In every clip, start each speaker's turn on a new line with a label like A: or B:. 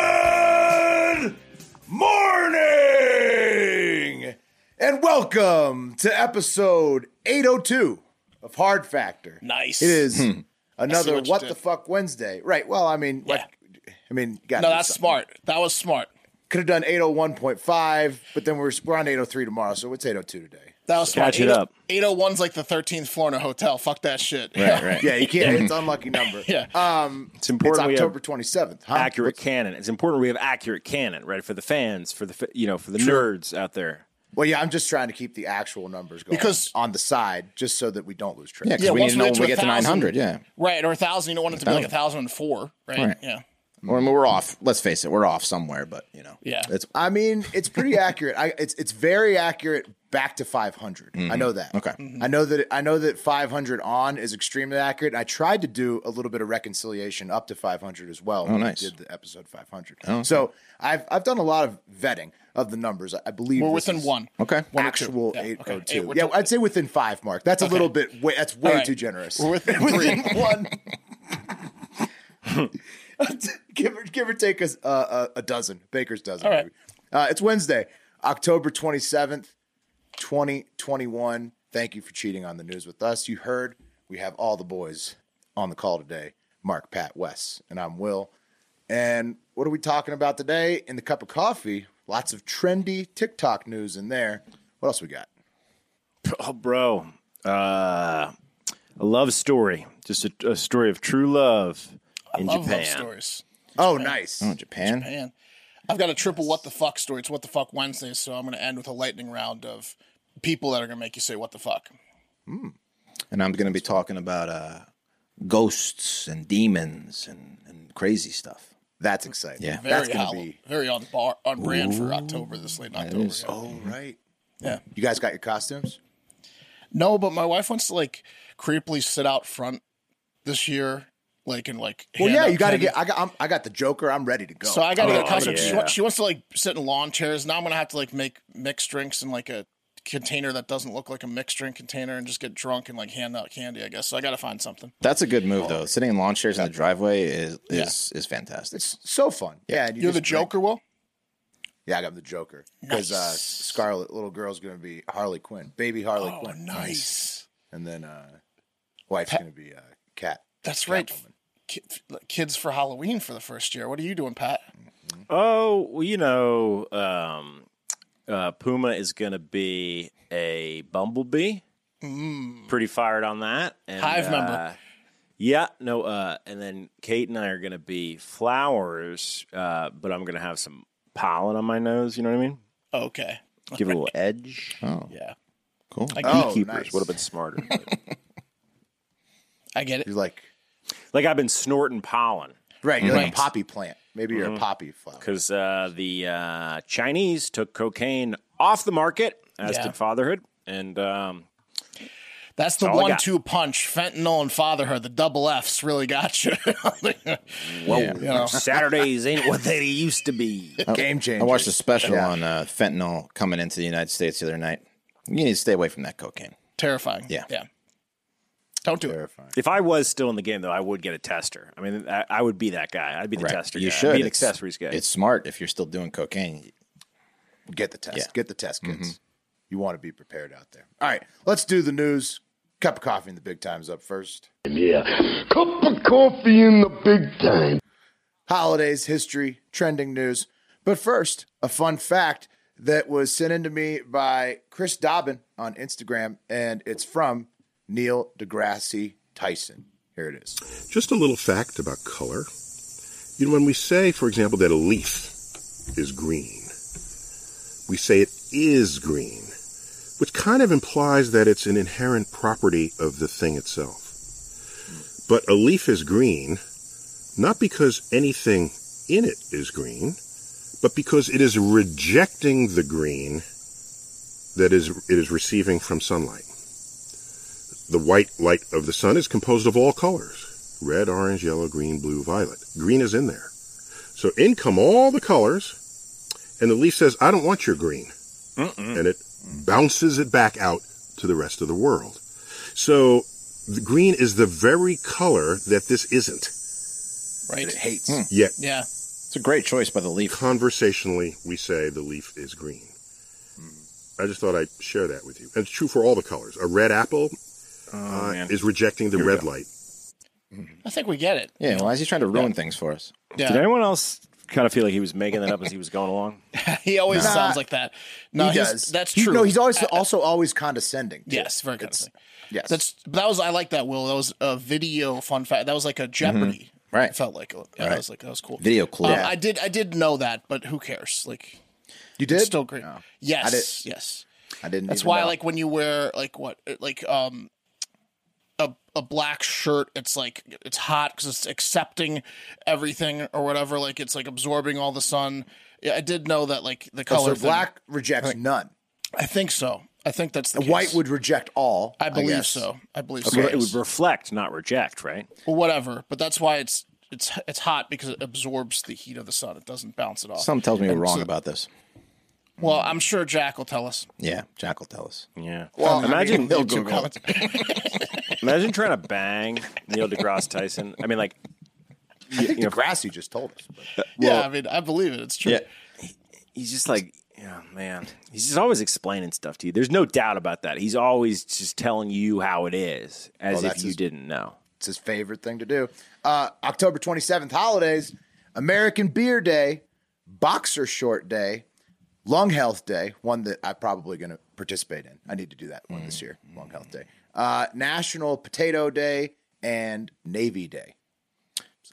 A: Good morning and welcome to episode 802 of Hard Factor.
B: Nice.
A: It is another
B: what
A: what,
B: you
A: the
B: did.
A: fuck Wednesday. Right. Well, I mean,
B: Yeah.
A: like, I mean, got
B: No, that's smart. That was smart.
A: Could have done 801.5, but then we're we're on 803 tomorrow, so it's 802 today.
B: That was smart.
C: Catch it up.
B: 801's like the 13th floor in a hotel. Fuck that shit.
C: Right, right.
A: Yeah, you can't. it's an unlucky number.
B: Yeah.
C: It's
A: It's
C: important we
A: October
C: have
A: 27th. Huh?
C: accurate canon. It's important we have accurate canon, right? For the fans, for the fa- you know, for the nerds out there.
A: Well, yeah, I'm just trying to keep the actual numbers going
B: Because-
A: on the side, just so that we don't lose track.
D: Yeah, 'cause
B: Yeah,
D: we
B: once
D: need to know
B: we
D: when
B: get
D: we
B: to
D: get to
B: 1,000.
D: 900. Yeah.
B: Right. Or a thousand. You don't want it to be like a
D: Oh.
B: thousand and four. Right?
D: Right.
B: Yeah.
D: Or I mean, we're off. Let's face it, we're off somewhere, but you know.
B: Yeah.
D: It's
A: I mean, it's pretty accurate. I, it's it's very accurate back to 500. I know that.
D: Mm-hmm. Okay.
A: I know that I know that 500 on is extremely accurate. I tried to do a little bit of reconciliation up to 500 as well. Oh,
D: nice. Oh,
A: did the episode 500. So I've I've done a lot of vetting of the numbers. I, I believe
B: We're
A: this
B: within
A: is
B: one.
D: okay.
B: One or two.
A: Actual
B: Yeah, okay.
A: 802.
B: Eight, we're
A: yeah,
B: t-
A: I'd say within five, Mark. That's a little bit. Way, that's way
B: All right.
A: too generous.
B: We're within three.
A: one. give, or, give or take us uh, uh, a dozen, baker's dozen.
B: All right.
A: maybe. Uh, it's Wednesday, October 27th, 2021. Thank you for cheating on the news with us. You heard we have all the boys on the call today Mark, Pat, Wes, and I'm Will. And what are we talking about today in the cup of coffee? Lots of trendy TikTok news in there. What else we got?
C: Oh, bro, uh, a love story, just a, a story of true love in
B: Love,
C: Japan.
B: love stories.
A: Oh, nice.
D: Oh, Japan.
B: Man. I've got a triple what the fuck story. It's what the fuck Wednesday. So I'm going to end with a lightning round of people that are going to make you say what the fuck.
D: And I'm going to be talking about uh, ghosts and demons and, and crazy stuff.
A: That's exciting.
D: Yeah.
B: Very
A: That's going
B: hollow.
A: to be.
B: Very on bar, on brand for October, this late in October.
D: is.
B: yeah.
A: Oh, right.
B: yeah.
A: You guys got your costumes?
B: No, but my wife wants to like creepily sit out front this year, like and like.
A: Well,
B: hand
A: yeah,
B: out
A: you got to
B: candy.
A: get. I got. I'm, I got the Joker. I'm ready to go.
B: So I got to get
C: Oh,
B: a costume. She,
C: yeah.
B: wants, she wants to like sit in lawn chairs. Now I'm gonna have to like make mixed drinks in like a container that doesn't look like a mixed drink container and just get drunk and like hand out candy. I guess so. I got to find something.
D: That's a good move, though. Sitting in lawn chairs in the driveway is is, is fantastic.
A: it's so fun. Yeah, and you
B: You're the
A: just drink-
B: Joker, Will.
A: Yeah, I got the Joker because uh,
B: Nice.
A: Scarlet little girl's gonna be Harley Quinn, baby Harley
B: Oh,
A: Quinn,
B: nice.
A: and then uh, wife's gonna be uh, Cat.
B: That's right.
A: Catwoman.
B: Ki- Kids for Halloween for the first year. What are you doing, Pat?
A: Mm.
C: Oh, well, you know, um, uh, Puma is going to be a bumblebee. Pretty fired on that. And,
B: Mm. Hive member.
C: uh, Yeah, no, uh, and then Kate and I are going to be flowers, uh, but I'm going to have some pollen on my nose. You know what I mean?
B: Okay.
C: Give it a little edge.
D: Oh,
B: Yeah,
D: cool.
B: I get,
A: Oh,
C: Beekeepers
A: nice.
C: would have been smarter. but-
B: I get it.
A: You're like
C: like I've been snorting pollen
A: right. You're like
B: Right. Mm-hmm.
A: a poppy plant. Maybe you're a poppy flower.
C: because uh, the uh, Chinese took cocaine off the market, as
B: Yeah.
C: did fatherhood, and um,
B: That's the
C: all I got.
B: one-two punch. Fentanyl and fatherhood. The double F's really got you.
D: Whoa.
C: Saturdays ain't what they used to be.
A: Game changer.
D: I watched a special
A: Yeah.
D: on uh, fentanyl coming into the United States the other night. You need to stay away from that cocaine.
B: Terrifying.
D: Yeah.
B: Yeah. Don't do it.
A: Terrifying.
C: If I was still in the game, though, I would get a tester. I mean, I, I would be that guy. I'd be the tester.
D: You
C: guy.
D: should.
C: I'd be an
D: It's-
C: accessories guy.
D: It's smart if you're still doing cocaine.
A: Get the test.
D: Yeah.
A: Get the test, kids.
B: Mm-hmm.
A: You want to be prepared out there. All right, let's do the news. Cup of coffee in the big times up first.
E: Yeah. Cup of coffee in the big time.
A: holidays, history, trending news. But first, a fun fact that was sent in to me by Chris Dobbin on Instagram, and it's from Neil deGrasse Tyson. Here it is.
F: Just a little fact about color. You know, when we say, for example, that a leaf is green, we say it is green, which kind of implies that it's an inherent property of the thing itself. But a leaf is green not because anything in it is green, but because it is rejecting the green that is it is receiving from sunlight. The white light of the sun is composed of all colors red, orange, yellow, green, blue, violet. Green is in there. So in come all the colors, and the leaf says, I don't want your green. And it bounces it back out to the rest of the world. So the green is the very color that this isn't.
A: that
B: right?
A: it hates.
F: Yet
B: Yeah.
D: It's a great choice by the leaf.
F: conversationally we say the leaf is green. I just thought I'd share that with you. And it's true for all the colors. A red apple uh, is rejecting the red light.
B: I think we get it.
D: Yeah, why is he trying to ruin things for us?
B: Yeah.
C: Did anyone else kind of feel like he was making that up as he was going along?
B: He always
A: Nah.
B: sounds like that. No,
A: he
B: Uh, he's-
A: does.
B: That's
A: He-
B: true. Uh,
A: no, he's always also always condescending. too.
B: yes, very good.
A: Yes.
B: That's that was I like that Will. That was a video fun fact. That was like a
A: Mm-hmm.
B: Jeopardy.
D: Right.
B: It felt like yeah, I was like that was cool.
D: Video clue.
B: Um,
D: Yeah.
B: I did I did know that, but who cares? Like
A: you did.
B: it's still great.
A: No, I
B: Yes,
A: did-
B: yes.
A: I didn't.
B: That's
A: even
B: why
A: know.
B: like when you wear like what like um a a black shirt, it's like it's hot because it's accepting everything or whatever. Like it's like absorbing all the sun. Yeah, I did know that like the
A: Oh,
B: color
A: so
B: thing-
A: black rejects none.
B: I think so. I think that's the case.
A: White would reject all.
B: I believe
A: guess.
B: so. I believe
C: Well,
B: so.
C: It would reflect, not reject, right?
B: Well, whatever. But that's why it's it's it's hot because it absorbs the heat of the sun. It doesn't bounce it off.
D: Something tells me we're
B: And
D: wrong
B: so-
D: about this.
B: Well, I'm sure Jack will tell us.
D: Yeah, Jack will tell us.
C: Yeah. Well, imagine
D: He'll Google it.
C: imagine trying to bang Neil deGrasse Tyson. I mean, like,
A: I think
C: you know,
A: Degrassi just told us. but-
B: yeah, I mean, I believe it. It's true.
D: Yeah.
C: he's just like, oh man, he's just always explaining stuff to you. There's no doubt about that. He's always just telling you how it is, as
A: Oh,
C: if
A: that's
C: you
A: his-
C: didn't know.
A: It's his favorite thing to do. Uh, October 27th, holidays, American Beer Day, Boxer Short Day, Lung Health Day, one that I'm probably going to participate in. I need to do that one
B: Mm.
A: this year, Lung Health Day. Uh, National Potato Day and Navy Day.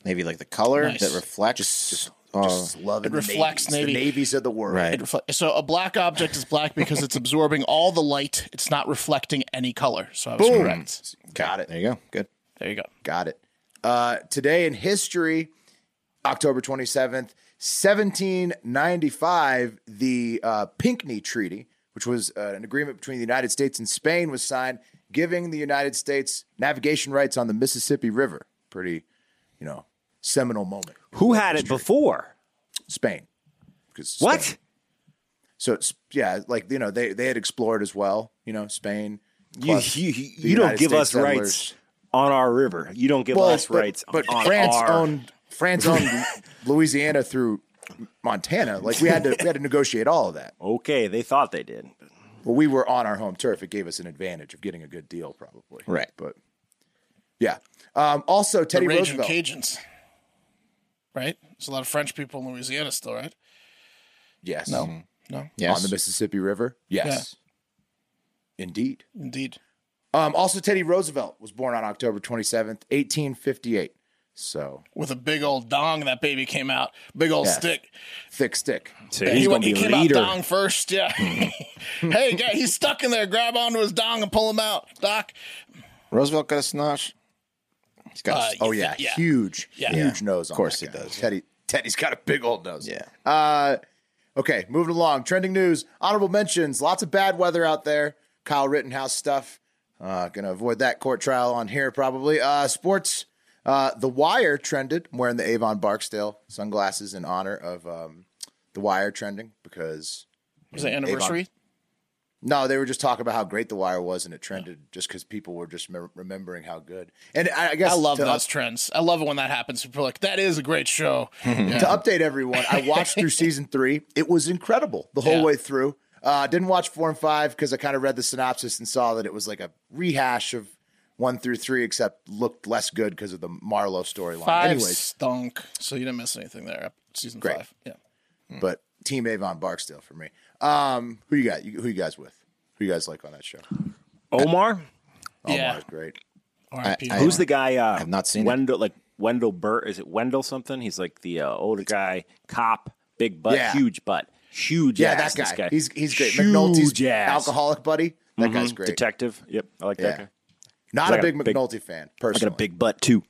D: Maybe like the color
B: Nice.
D: that reflects. oh,
A: Just loving
B: It reflects
A: navies,
B: Navy.
A: the navies of the world.
D: right.
B: It refle- so a black object is black because it's absorbing all the light. It's not reflecting any color. So I was correct.
A: Got it.
D: There you go. Good.
B: There you go.
A: Got it. Uh, today in history, October 27th, 1795, the uh, Pinckney Treaty, which was uh, an agreement between the United States and Spain, was signed, giving the United States navigation rights on the Mississippi River. Pretty, you know, seminal moment.
C: Who had it before?
A: Spain. Because
C: What?
A: Spain- So it's- yeah, like you know, they they had explored as well. You know, Spain.
C: You,
A: plus
C: you,
A: the
C: you don't
A: United
C: give
A: States
C: us
A: settlers.
C: rights on our river. You don't give
A: Well,
C: us
A: but-
C: rights
A: But
C: on
A: France
C: our
A: owned France owned Louisiana through Montana. Like we had to we had to negotiate all of that.
C: Okay, they thought they did.
A: Well, we were on our home turf. It gave us an advantage of getting a good deal, probably.
D: Right.
A: But yeah. Um, also, Teddy
B: the Raging
A: Roosevelt.
B: Cajuns. Right? There's a lot of French people in Louisiana still, right?
A: Yes.
C: Hmm.
B: No,
D: Yes.
A: On the Mississippi River. Yes. Indeed.
B: indeed.
A: Um, also, Teddy Roosevelt was born on October 27th, 1858. So
B: With a big old dong, that baby came out. Big old
A: Yeah.
B: stick.
A: thick stick.
C: So
B: Yeah,
C: he's
B: he,
C: going
B: went,
C: to
B: he
C: be
B: came
C: leader. Hmm.
B: out dong first. Yeah. hey, guy, he's stuck in there. Grab onto his dong and pull him out. Doc.
D: Roosevelt got a snosh. He's got.
B: Uh,
D: a,
A: Oh yeah,
B: yeah.
A: huge, huge nose. Of
D: course he does.
A: Teddy, Teddy's got a big old nose.
D: Yeah.
A: Uh, okay, moving along. Trending news, honorable mentions. Lots of bad weather out there. Kyle Rittenhouse stuff. Uh, gonna avoid that court trial on here probably. Uh, sports. Uh, the Wire trended. I'm wearing the Avon Barksdale sunglasses in honor of um, the Wire trending because
B: Was it anniversary?
A: no, they were just talking about how great the Wire was and it trended just because people were just me- remembering how good. And I, I guess
B: I love
A: to
B: those trends. I love it when that happens. People are like, that is a great show. Yeah.
A: to update everyone, I watched through season three. It was incredible the whole
B: Yeah.
A: way through. Uh, didn't watch four and five because I kind of read the synopsis and saw that it was like a rehash of one through three, except looked less good because of the Marlowe storyline.
B: Five
A: Anyways,
B: stunk. So you didn't miss anything there. Season
A: Great.
B: five. Yeah.
A: but Team Avon Barksdale for me. Um, who you got? You, who you guys with? Who you guys like on that show?
C: Omar?
B: yeah.
A: Omar's great.
B: R.I.P.
D: I-
C: Who's the guy? Uh,
D: I've not seen it.
C: Wendell. Like Wendell Burt. Is it Wendell something? He's like the uh, older guy, cop, big butt,
A: Yeah.
C: huge butt. Huge
A: Yeah,
C: ass,
A: that
C: this
A: guy. He's he's great. McNulty's
C: Huge ass.
A: alcoholic buddy. That guy's
C: Mhm.
A: great.
C: Detective. Yep. I like
A: Yeah.
C: that guy.
A: Not
C: I
A: a
C: got
A: big
C: a big-
A: McNulty fan
C: I got
A: personally.
C: a big butt too.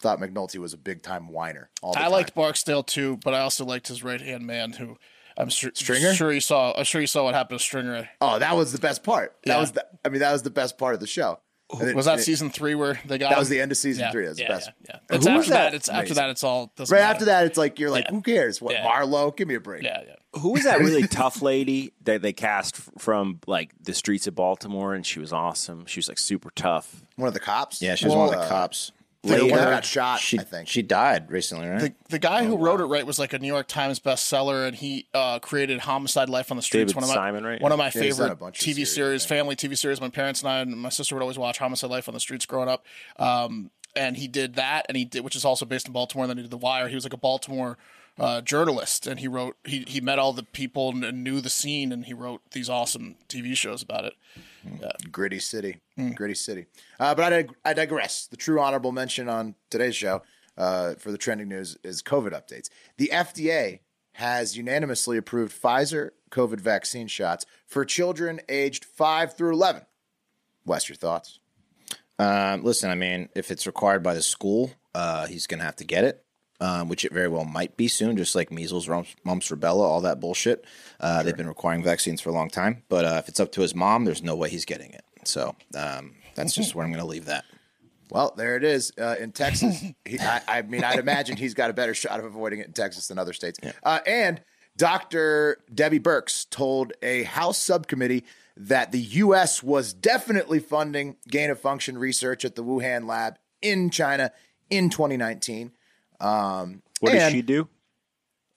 A: Thought McNulty was a big time whiner. All the
B: I
A: time.
B: liked Barksdale too, but I also liked his right hand man, who I'm sure,
A: Stringer?
B: sure you saw. I'm sure you saw what happened to Stringer.
A: Oh, that was the best part. That
B: Yeah.
A: was the. I mean, that was the best part of the show. And it-
B: Was that
A: and it-
B: season three where they got?
A: That
B: him?
A: was the end of season
B: Yeah,
A: three. That was
B: yeah,
A: the best.
B: Yeah, yeah. It's
A: Who was
B: after that.
A: that?
B: It's after that. It's all doesn't
A: Right
B: matter.
A: after that, it's like you're like,
B: Yeah.
A: who cares? What
B: Yeah.
A: Marlowe? Give me a break.
B: Yeah, yeah.
C: Who was that really tough lady that they cast f- from like the streets of Baltimore? And she was awesome. She was like super tough.
A: One of the cops.
D: Yeah, she was one of the
A: Uh,
D: cops.
A: the one that
D: Later,
A: got shot,
D: She,
A: I think.
D: she died recently, right?
B: The, the guy
C: Oh,
B: who wrote it right was like a New York Times bestseller, and he uh, created "Homicide: Life on the Streets."
C: David
B: one of my
C: Simon, right?
B: one of my
A: Yeah, he's done a
B: favorite
A: bunch
B: TV
A: of
B: series,
A: series,
B: family TV series. My parents and I and my sister would always watch "Homicide: Life on the Streets" growing up. Um, and he did that, and he did, which is also based in Baltimore. And then he did The Wire. He was like a Baltimore uh, journalist, and he wrote he he met all the people and, and knew the scene, and he wrote these awesome TV shows about it.
A: Gritty city.
B: Mm.
A: Gritty city. Uh, but I, dig- I digress. The true honorable mention on today's show uh, for the trending news is COVID updates. The FDA has unanimously approved Pfizer COVID vaccine shots for children aged 5 through 11. Wes, your thoughts?
D: Um, listen, I mean, if it's required by the school, uh, he's going to have to get it, um, which it very well might be soon, just like measles, mumps, mumps rubella, all that bullshit. Uh, They've been requiring vaccines for a long time. But uh, if it's up to his mom, there's no way he's getting it. So um, that's just
A: Mm-hmm.
D: where I'm going to leave that.
A: Well, there it is uh, in Texas. he, I, I mean, I'd imagine he's got a better shot of avoiding it in Texas than other states. Uh, and Dr. Debbie Burks told a House subcommittee that the U.S. was definitely funding gain of function research at the Wuhan lab in China in 2019. Um,
C: What
A: and,
C: did she do?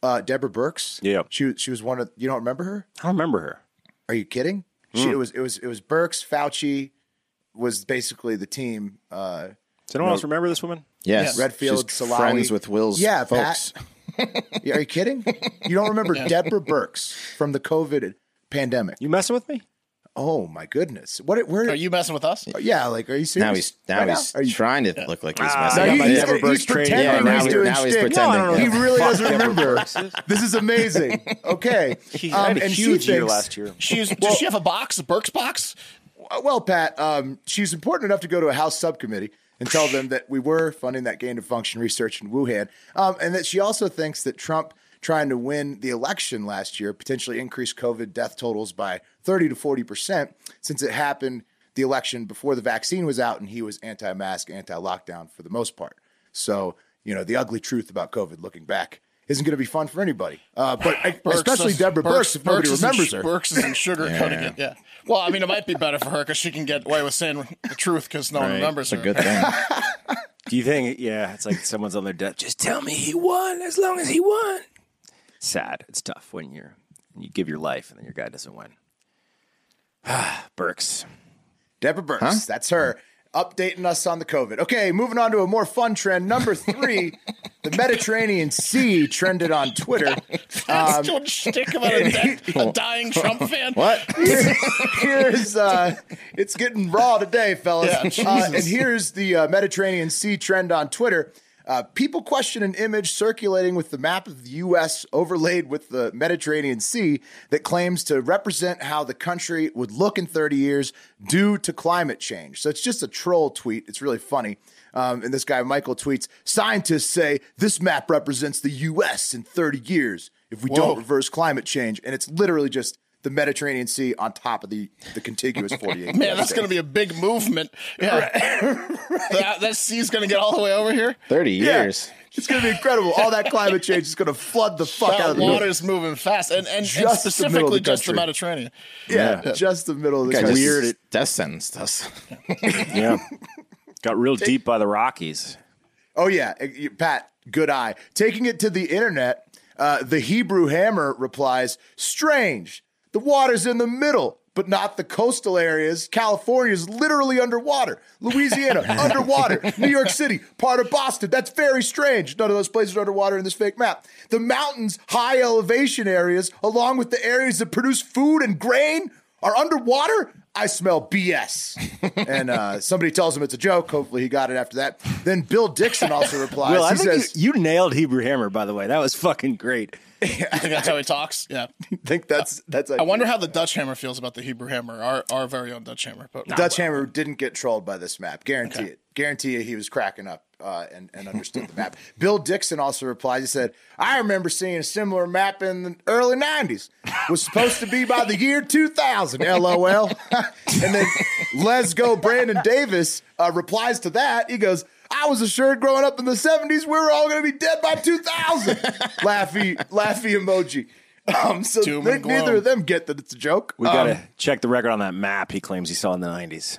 A: Uh, Deborah Burks.
C: Yeah.
A: she she was one of. You don't remember her?
C: I don't remember her.
A: Are you kidding? She,
C: Hmm.
A: it was it was it was Burks. Fauci was basically the team. Uh,
C: Does anyone else remember this woman?
D: Yes.
A: Redfield,
D: She's
A: Salawi.
D: friends with Will's
A: Yeah,
D: folks.
A: Yeah, Are you kidding? You don't remember Deborah Burks from the COVID pandemic?
C: You messing with me?
A: Oh my goodness! What? Where?
B: Are you messing with us?
A: yeah, like, are you serious?
D: Now he's now
A: Right
D: he's
A: Are you,
D: trying to look like he's
C: Ah,
D: messing
C: now
D: up.
C: you-
D: my
C: he's-
D: Deborah
C: he's
D: Burks trade.
A: pretending
D: Yeah,
A: he's
D: now, he-
A: doing
D: now he's
A: shtick.
D: pretending.
C: No, I don't
A: he
C: know.
D: yeah.
A: really doesn't remember. This is amazing. Okay, Um,
C: She had a
A: and she
C: huge year
A: thinks-
C: last year.
B: She's does she have a box, a Burke's box?
A: Well, Pat, um, she's important enough to go to a House subcommittee and tell them that we were funding that gain of function research in Wuhan, um, and that she also thinks that Trump trying to win the election last year potentially increased COVID death totals by 30 to 40 percent since it happened the election before the vaccine was out and he was anti-mask, anti-lockdown for the most part. So, you know, the ugly truth about COVID looking back isn't going to be fun for anybody, uh, but I- especially
B: is-
A: Deborah Burks, if nobody
B: is in-
A: remembers her.
B: Burks is in sugarcoating it. Yeah. Well, I mean, it might be better for her because she can get away with saying the truth because no one remembers
D: It's a
B: her.
D: good thing.
C: Do you think? Yeah, it's like someone's on their death. Just tell me he won. As long as he won. Sad. It's tough when you're you give your life and then your guy doesn't win. Burks.
A: Deborah Burks. That's her updating us on the COVID. Okay, moving on to a more fun trend. Number three, the Mediterranean Sea trended on Twitter.
B: That's
A: Um,
B: doing shtick about a, dead, a dying Trump fan.
D: What?
A: here's uh, it's getting raw today, fellas.
B: Yeah,
A: uh,
B: Jesus.
A: and here's the uh, Mediterranean Sea trend on Twitter. Uh, people question an image circulating with the map of the U.S. overlaid with the Mediterranean Sea that claims to represent how the country would look in 30 years due to climate change. So it's just a troll tweet. It's really funny. Um, and this guy, Michael, tweets Scientists say this map represents the U.S. in 30 years if we don't reverse climate change. And it's literally just the Mediterranean Sea on top of the, the contiguous 48.
B: Man, that's going to be a big movement. Yeah. that, that sea's going to get all the way over here.
D: 30 years.
A: It's going to be incredible. All that climate change is going to flood the fuck out
B: That
A: of the world.
B: water's moving fast, and, and, and
A: Just the middle of
B: specifically
A: the
B: just the
A: country.
B: Mediterranean.
A: Yeah, just the middle of the
D: Guy just
A: country.
D: Death sentenced us.
C: Yeah. Got real deep by the Rockies.
A: Oh yeah, Uh, you- Pat, good eye. Taking it to the internet, uh, the Hebrew Hammer replies, "Strange. The water's in the middle." But not the coastal areas. California is literally underwater. Louisiana, underwater. New York City, part of Boston. That's very strange. None of those places are underwater in this fake map. The mountains, high elevation areas, along with the areas that produce food and grain, are underwater. I smell BS. and uh, somebody tells him it's a joke. Hopefully he got it after that. Then Bill Dixon also replies.
C: Will, I
A: he
C: think
A: Uh, says,
C: you, you nailed Hebrew Hammer, by the way. That was fucking great.
B: I think that's how he talks. Yeah.
A: think that's that's
B: I wonder how the Dutch Hammer feels about the Hebrew Hammer, our our very own Dutch Hammer. But
A: Dutch Hammer didn't get trolled by this map. Guarantee it. Guarantee it. He was cracking up uh, and and understood the map. Bill Dixon also replies. He said, "I remember seeing a similar map in the early '90s. Was supposed to be by the year 2000. LOL." and then Let's Go Brandon Davis uh, replies to that. He goes. I was assured growing up in the 70s we were all going to be dead by 2000. laughy, laughy emoji. Um, so
B: Doom
A: they-
B: and gloom.
A: neither of them get that it's a joke. Um,
C: We got to check the record on that map he claims he saw in the 90s.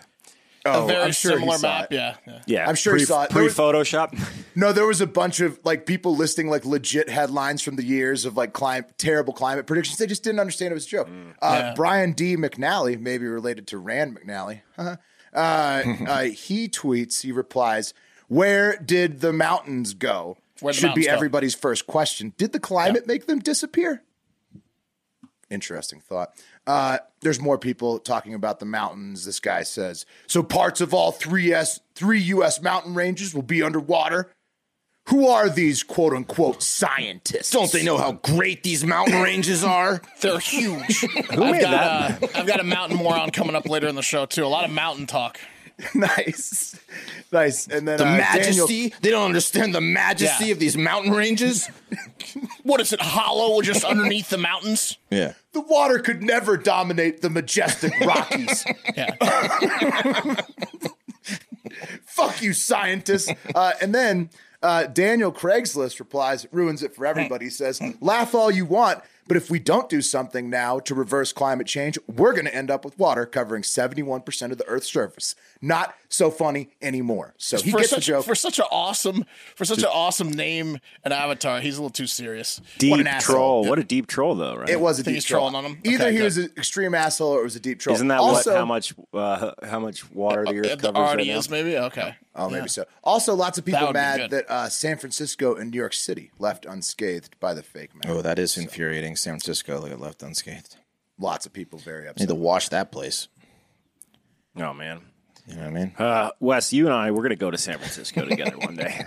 B: a
A: oh,
B: very
A: I'm sure he
B: similar
A: saw
B: map.
A: it.
B: Yeah, yeah.
C: Yeah.
A: I'm sure he
C: pre,
A: saw it. There
C: Pre
A: was-
C: Photoshop.
A: No, there was a bunch of like people listing like legit headlines from the years of like climate terrible climate predictions. They just didn't understand it was a joke. Uh,
B: Yeah.
A: Brian D. McNally, maybe related to Rand McNally, uh, uh, he tweets, he replies, "Where did the mountains go?"
B: Where'd the
A: Should be
B: mountains go?
A: everybody's first question. Did the climate make them disappear? Interesting thought. Uh, there's more people talking about the mountains. This guy says so. Parts of all three S three U.S. mountain ranges will be underwater. Who are these quote unquote scientists?
D: Don't they know how great these mountain ranges are?
B: They're huge. I've,
C: made
B: got, uh, I've got a mountain moron coming up later in the show too. A lot of mountain talk.
A: nice, nice. And then
D: The
A: uh, Daniel-
D: majesty? They don't understand the majesty
B: Yeah.
D: of these mountain ranges?
B: What is it? Hollow just underneath the mountains?
D: Yeah.
A: the water could never dominate the majestic Rockies.
B: Yeah.
A: Fuck you, scientists. Uh, and then uh, Daniel Craigslist replies, ruins it for everybody. He says, laugh all you want, but if we don't do something now to reverse climate change, we're going to end up with water covering 71% of the Earth's surface. Not so funny anymore. So he
B: For
A: gets the
B: such,
A: joke.
B: for such an awesome for such an awesome name and avatar, he's a little too serious.
C: deep
B: what an asshole.
C: troll. What a deep troll, though, right?
A: it was a
B: Think
A: deep
B: he's
A: troll.
B: trolling on him?
A: Either
B: Okay,
A: he
B: good.
A: was an extreme asshole or it was a deep troll.
C: Isn't that
A: Oh, also,
C: what, how much uh, how much water the
B: Yeah,
C: earth
B: the
C: covers right
B: already
C: now?
B: is maybe okay.
A: Oh, maybe so. Also, lots of people
B: would be
A: mad
B: good.
A: that uh, San Francisco and New York City left unscathed by the fake map.
D: Oh, that is infuriating. San Francisco, look at left unscathed.
A: Lots of people very
D: Need
A: upset.
D: to wash that place.
C: Oh man,
D: You know what I mean?
C: uh, Wes, you and I, we're gonna go to San Francisco together one day.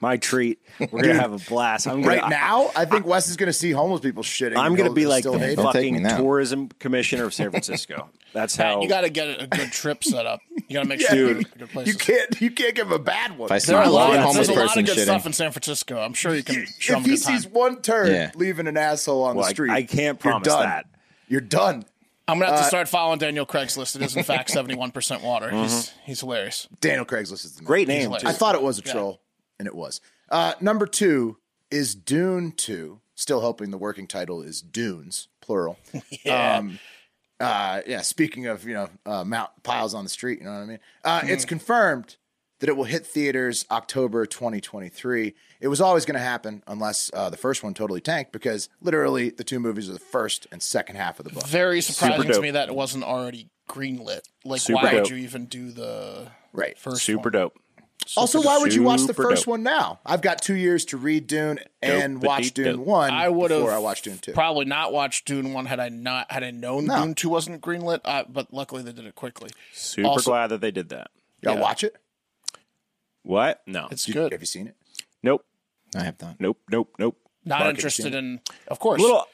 C: My treat. We're gonna have a blast. I'm gonna,
A: Right now, I think Wes is going to see homeless people shitting.
C: I, am
A: and
C: gonna
A: he'll
C: be like
A: still
C: the
A: hate it.
D: Don't take me
C: fucking
D: now.
C: tourism commissioner of San Francisco. That's how.
B: You got to get a good trip set up. You got to make
A: Yeah,
B: sure you're
A: dude.
B: in good places.
A: You can't. You can't give a bad one.
D: If I see
B: There are
D: a
B: a lot,
D: blind
B: of,
D: homeless
B: there's a lot
D: person
B: of good
D: shitting,
B: stuff in San Francisco. I'm sure you can show
A: if
B: him a
A: he
B: good time.
A: sees one turd
D: Yeah.
A: leaving an asshole on
C: Well,
A: the
C: I-
A: street,
C: I can't promise
A: you're done.
C: that.
A: You're done.
B: I'm gonna have to
A: uh,
B: start following Daniel Craigslist. It is in fact 71 percent water. He's
A: Mm-hmm.
B: he's hilarious.
A: Daniel Craigslist is the name.
C: great name.
B: He's
C: Too.
A: I thought it was a troll, and it was. Uh, number two is Dune Two. Still hoping the working title is Dunes, plural. yeah. Um, uh, yeah. Speaking of you know uh, mount piles on the street, you know what I mean. Uh, It's confirmed that it will hit theaters October 2023. It was always going to happen unless uh, the first one totally tanked because literally the two movies are the first and second half of the book.
B: Very surprising to
C: dope.
B: me that it wasn't already greenlit. Like,
C: Super
B: why
C: dope.
B: would you even do the
A: Right.
B: first
C: Super
B: one?
C: dope.
A: also, why would you watch the
C: super
A: first
C: dope.
A: one now? I've got two years to read Dune and
C: Dope-a-dee
A: watch Dune
C: dope.
A: One
B: I would have
A: before I watch Dune Two.
B: Probably not watched Dune one had I not had I known Dune two wasn't greenlit. Uh, but luckily they did it quickly.
C: Super
B: Also-
C: glad that they did that.
A: Y'all watch it?
C: What? No.
B: It's
A: You-
B: good.
A: Have you seen it?
C: nope.
D: I have not.
C: Nope. Nope. Nope.
B: Not
C: Mark, have you
B: interested in, of course.
C: Little.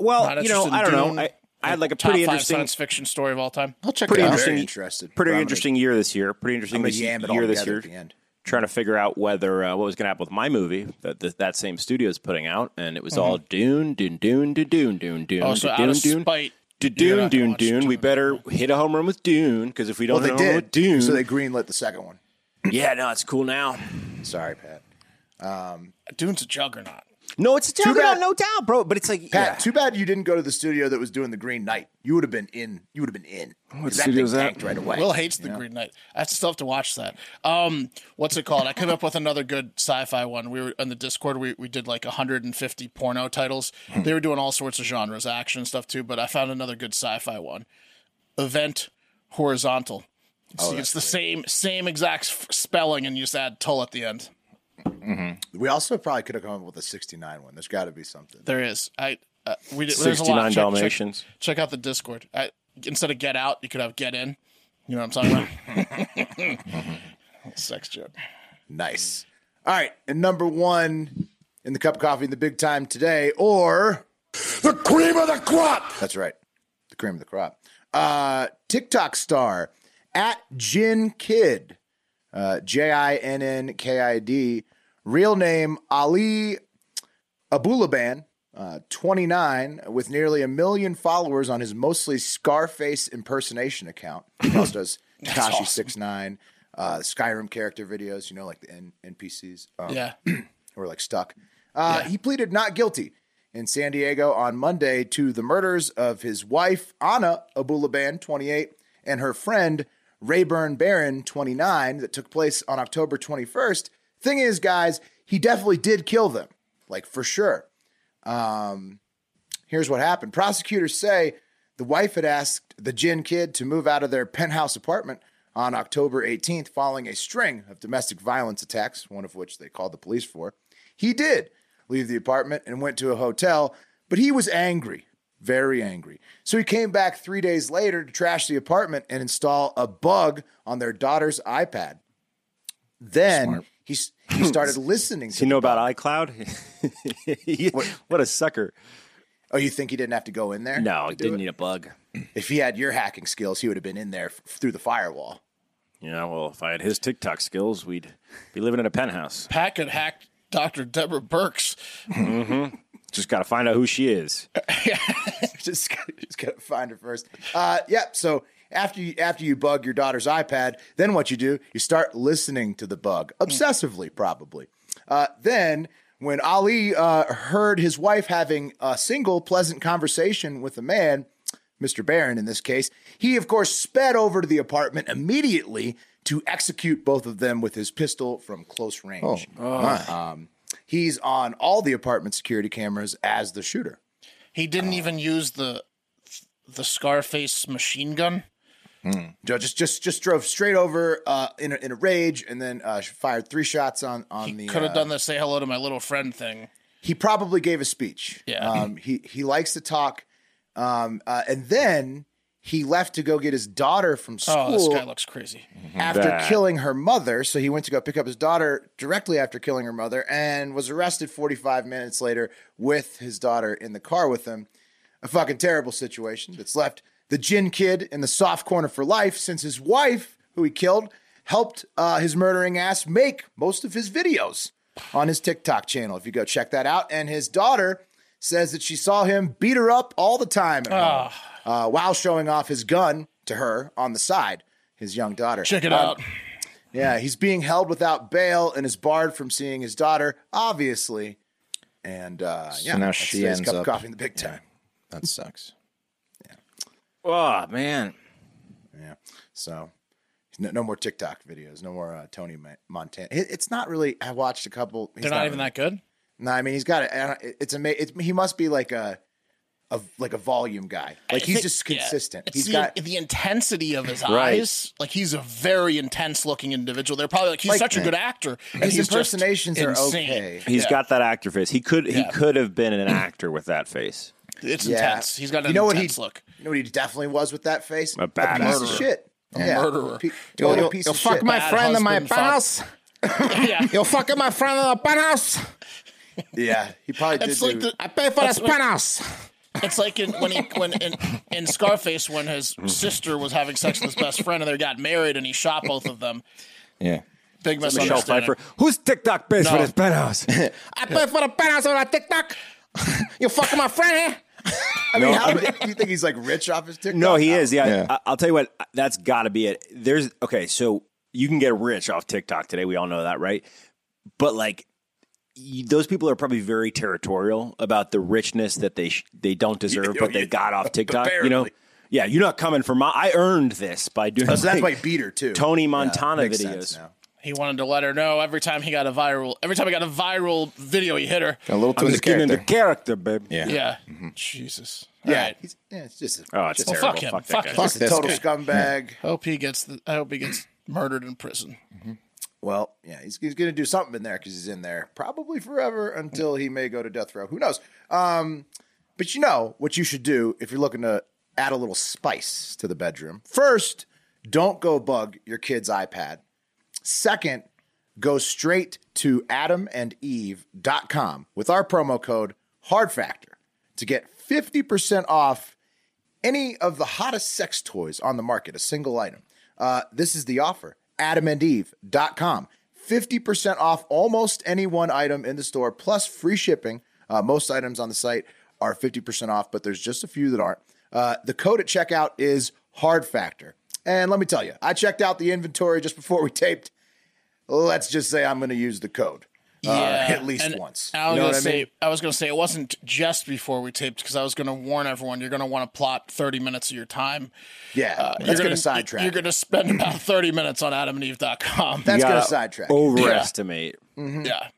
C: Well,
B: Not
C: you know,
B: interested in
C: I don't
B: Dune.
C: know. I, I had like a
B: top
C: pretty
B: five
C: interesting
B: science fiction story of all time.
D: I'll check
C: pretty
D: it out.
C: interesting,
A: very interested, but I'm
C: pretty
A: gonna-
C: interesting year this year. Pretty interesting
A: I'm gonna
C: this
A: yam it all
C: year this
A: together
C: year.
A: at the end.
C: Trying to figure out whether uh, what was going to happen with my movie that that that same studio is putting out, and it was all Dune, Dune, Dune, Dune, Dune, Dune, Dune,
B: Oh, so out
C: Dune,
B: of
C: Dune,
B: spite,
C: Dune,
B: you're
C: Dune,
B: not gonna
C: Dune,
B: watch
C: Dune. We better hit a home run with Dune because if we
A: Well,
C: don't
A: they
C: hit a home run
A: did.
C: with Dune,
A: So they greenlit the second one.
C: yeah, no, it's cool now.
A: Sorry, Pat.
B: Dune's a juggernaut.
C: No, it's a
A: bad.
C: juggernaut, no doubt, bro. But it's
A: Pat,
C: like yeah.
A: too bad you didn't go to the studio that was doing the Green Knight. You would have been in. You would have been in. What
C: studio is that?
A: Right away.
B: Will hates the Green Knight. I still have to watch that. Um, what's it called? I came up with another good sci-fi one. We were on the Discord. We, we did like 150 porno titles. They were doing all sorts of genres, action and stuff too. But I found another good sci-fi one. Event Horizontal. See, it's the same same exact s- spelling, and you just add "tull" at the end.
A: We also probably could have come up with a '69 one. There's got to be something.
B: There is. I uh, we did, there's a lot.
C: 69
B: Check- check-
C: Dalmatians.
B: Check, out the Discord. I, instead of get out, you could have get in. You know what I'm talking about? Sex joke.
A: Nice. All right. And number one in the cup of coffee in the big time today, or
G: The cream of the crop!
A: that's right, the cream of the crop. Uh, TikTok star at Jin Kid, uh, J I N N K I D, real name Ali Abulaban, uh, 29, with nearly a million followers on his mostly Scarface impersonation account. He also does Takashi Six Nine, uh, Skyrim character videos, you know, like the N- NPCs. Um,
B: Yeah.
A: who are like stuck. Uh, He pleaded not guilty in San Diego on Monday to the murders of his wife, Anna Abulaban, 28, and her friend, Rayburn Barron, 29, that took place on October 21st. Thing is, guys, he definitely did kill them, like for sure. Here's what happened. Prosecutors say the wife had asked the Jin kid to move out of their penthouse apartment on October 18th following a string of domestic violence attacks, one of which they called the police for. He did leave the apartment and went to a hotel, but he was angry, very angry. So he came back three days later to trash the apartment and install a bug on their daughter's iPad. Then he, s- he started listening to
C: Do you know
A: the bug.
C: about iCloud? what, a sucker.
A: Oh, you think he didn't have to go in there?
C: No, it didn't need a bug.
A: If he had your hacking skills, he would have been in there f- through the firewall.
C: You know, well, if I had his TikTok skills, we'd be living in a penthouse.
B: Pack had hacked Dr. Deborah Burks.
C: Just got to find out who she is.
A: Uh, just, gotta, just gotta find her first. Uh, yep. So after you, after you bug your daughter's iPad, then what you do? You start listening to the bug obsessively, probably. Uh, then when Ali uh, heard his wife having a single pleasant conversation with a man, Mr. Barron in this case, he of course sped over to the apartment immediately to execute both of them with his pistol from close range. um, He's on all the apartment security cameras as the shooter.
B: He didn't even use the the Scarface machine gun.
A: Joe just just just drove straight over uh, in a, in a rage, and then uh, fired three shots on on
B: He
A: the.
B: could have
A: uh,
B: done the say hello to my little friend thing.
A: He probably gave a speech.
B: Yeah. Mm-hmm.
A: Um, he he likes to talk, um, uh, and then he left to go get his daughter from school
B: Oh, this guy Mm-hmm. looks crazy.
A: after
C: That.
A: killing her mother. So he went to go pick up his daughter directly after killing her mother and was arrested 45 minutes later with his daughter in the car with him. A fucking terrible situation that's left the gin kid in the soft corner for life since his wife, who he killed, helped uh, his murdering ass make most of his videos on his TikTok channel. If you go check that out, and his daughter says that she saw him beat her up all the time at home,
B: Ah.
A: uh, while showing off his gun to her on the side. His young daughter.
B: Check it
A: Um,
B: out.
A: yeah, he's being held without bail and is barred from seeing his daughter, obviously. And uh, yeah,
D: now
A: that's
D: she
A: today's
D: ends
A: cup of
D: up-
A: coffee in the big time.
D: That sucks.
C: Oh, man.
A: Yeah, so no, no more TikTok videos, no more uh, Tony Ma- Montana. It- it's not really. I watched a couple.
B: They're not even that good.
A: No, I mean he's got it. It's amazing. It's, he must be like a, a like a volume guy. Like
B: I
A: he's
B: think-
A: just
B: yeah.
A: consistent.
B: It's
A: He's
B: the,
A: got
B: the intensity of his
C: Right.
B: eyes. Like he's a very intense looking individual. They're probably like he's
A: Like,
B: such a good actor. And
A: his
B: he's just
A: impersonations are
B: insane.
A: okay.
C: He's got that actor face. He could he
B: Yeah.
C: could have been an actor with that face.
B: It's
A: Yeah.
B: intense. He's got an
A: You know what he-
B: intense look.
A: You know what he definitely was with that face?
C: A
A: piece
C: badass.
A: of shit. A
B: murderer.
A: Pe- total piece
D: You'll
A: of
D: fuck
A: shit.
D: my
B: Bad
D: friend in my
B: husband,
D: penthouse.
B: yeah.
D: You'll fuck in my friend in the penthouse.
A: Yeah, he probably did.
B: It's like
A: do-
B: the,
D: I pay for this penthouse.
B: It's like in, when he when in, in Scarface when his sister was having sex with his best friend and they got married and he shot both of them.
D: Yeah.
B: Big
C: Michelle Pfeiffer.
B: misunderstanding.
C: Who's TikTok base for
B: No.
C: this penthouse?
D: I pay for the penthouse on a TikTok. You'll fuck my friend. eh?
A: I mean, how do you think he's like rich off his TikTok?
C: No, he is. Yeah,
D: Yeah.
C: I, I'll tell you what. That's got to be it. There's okay. So you can get rich off TikTok today. We all know that, right? But like, you, those people are probably very territorial about the richness that they sh- they don't deserve, but they got off TikTok. You know,
A: Barely. Oh,
C: yeah, you're not coming for my. I earned this by doing.
A: So that's why he beat her too.
C: Tony Montana
A: Makes sense
C: videos.
A: now.
B: He wanted to let her know every time he got a viral every time he got a viral video he hit her.
D: A little too
C: I'm
D: into
C: just giving the character,
D: character.
C: babe.
D: Yeah.
B: Yeah. Jesus. All
A: Yeah,
B: right.
A: he's, yeah, it's just a,
C: Oh, it's
A: just
B: Well,
C: terrible.
B: fuck him. Fuck,
C: that guy.
B: him.
D: Fuck
A: a
D: this
A: total
D: guy.
A: scumbag.
B: I hope he gets the, I hope he gets murdered in prison.
A: Well, yeah, he's, he's going to do something in there because he's in there probably forever until he may go to death row. Who knows? Um, but you know what you should do if you're looking to add a little spice to the bedroom. First, don't go bug your kid's iPad. Second, go straight to adamandeve.com with our promo code HARDFACTOR to get 50% off any of the hottest sex toys on the market, a single item. Uh, this is the offer adamandeve.com. 50% off almost any one item in the store, plus free shipping. Uh, most items on the site are 50% off, but there's just a few that aren't. Uh, the code at checkout is hard factor. And let me tell you, I checked out the inventory just before we taped. Let's just say I'm going to use the code uh, at least
B: and
A: once.
B: I was
A: You know
B: gonna
A: what I
B: say
A: mean?
B: I was gonna say it wasn't just before we taped because I was gonna warn everyone you're gonna want to plot thirty minutes of your time.
A: Yeah,
B: Uh,
A: that's
B: you're
A: gonna sidetrack
B: You're
A: it.
B: gonna spend about thirty minutes on AdamandEve.com.
A: That's going
C: gotta
A: to sidetrack.
C: Overestimate.
B: yeah,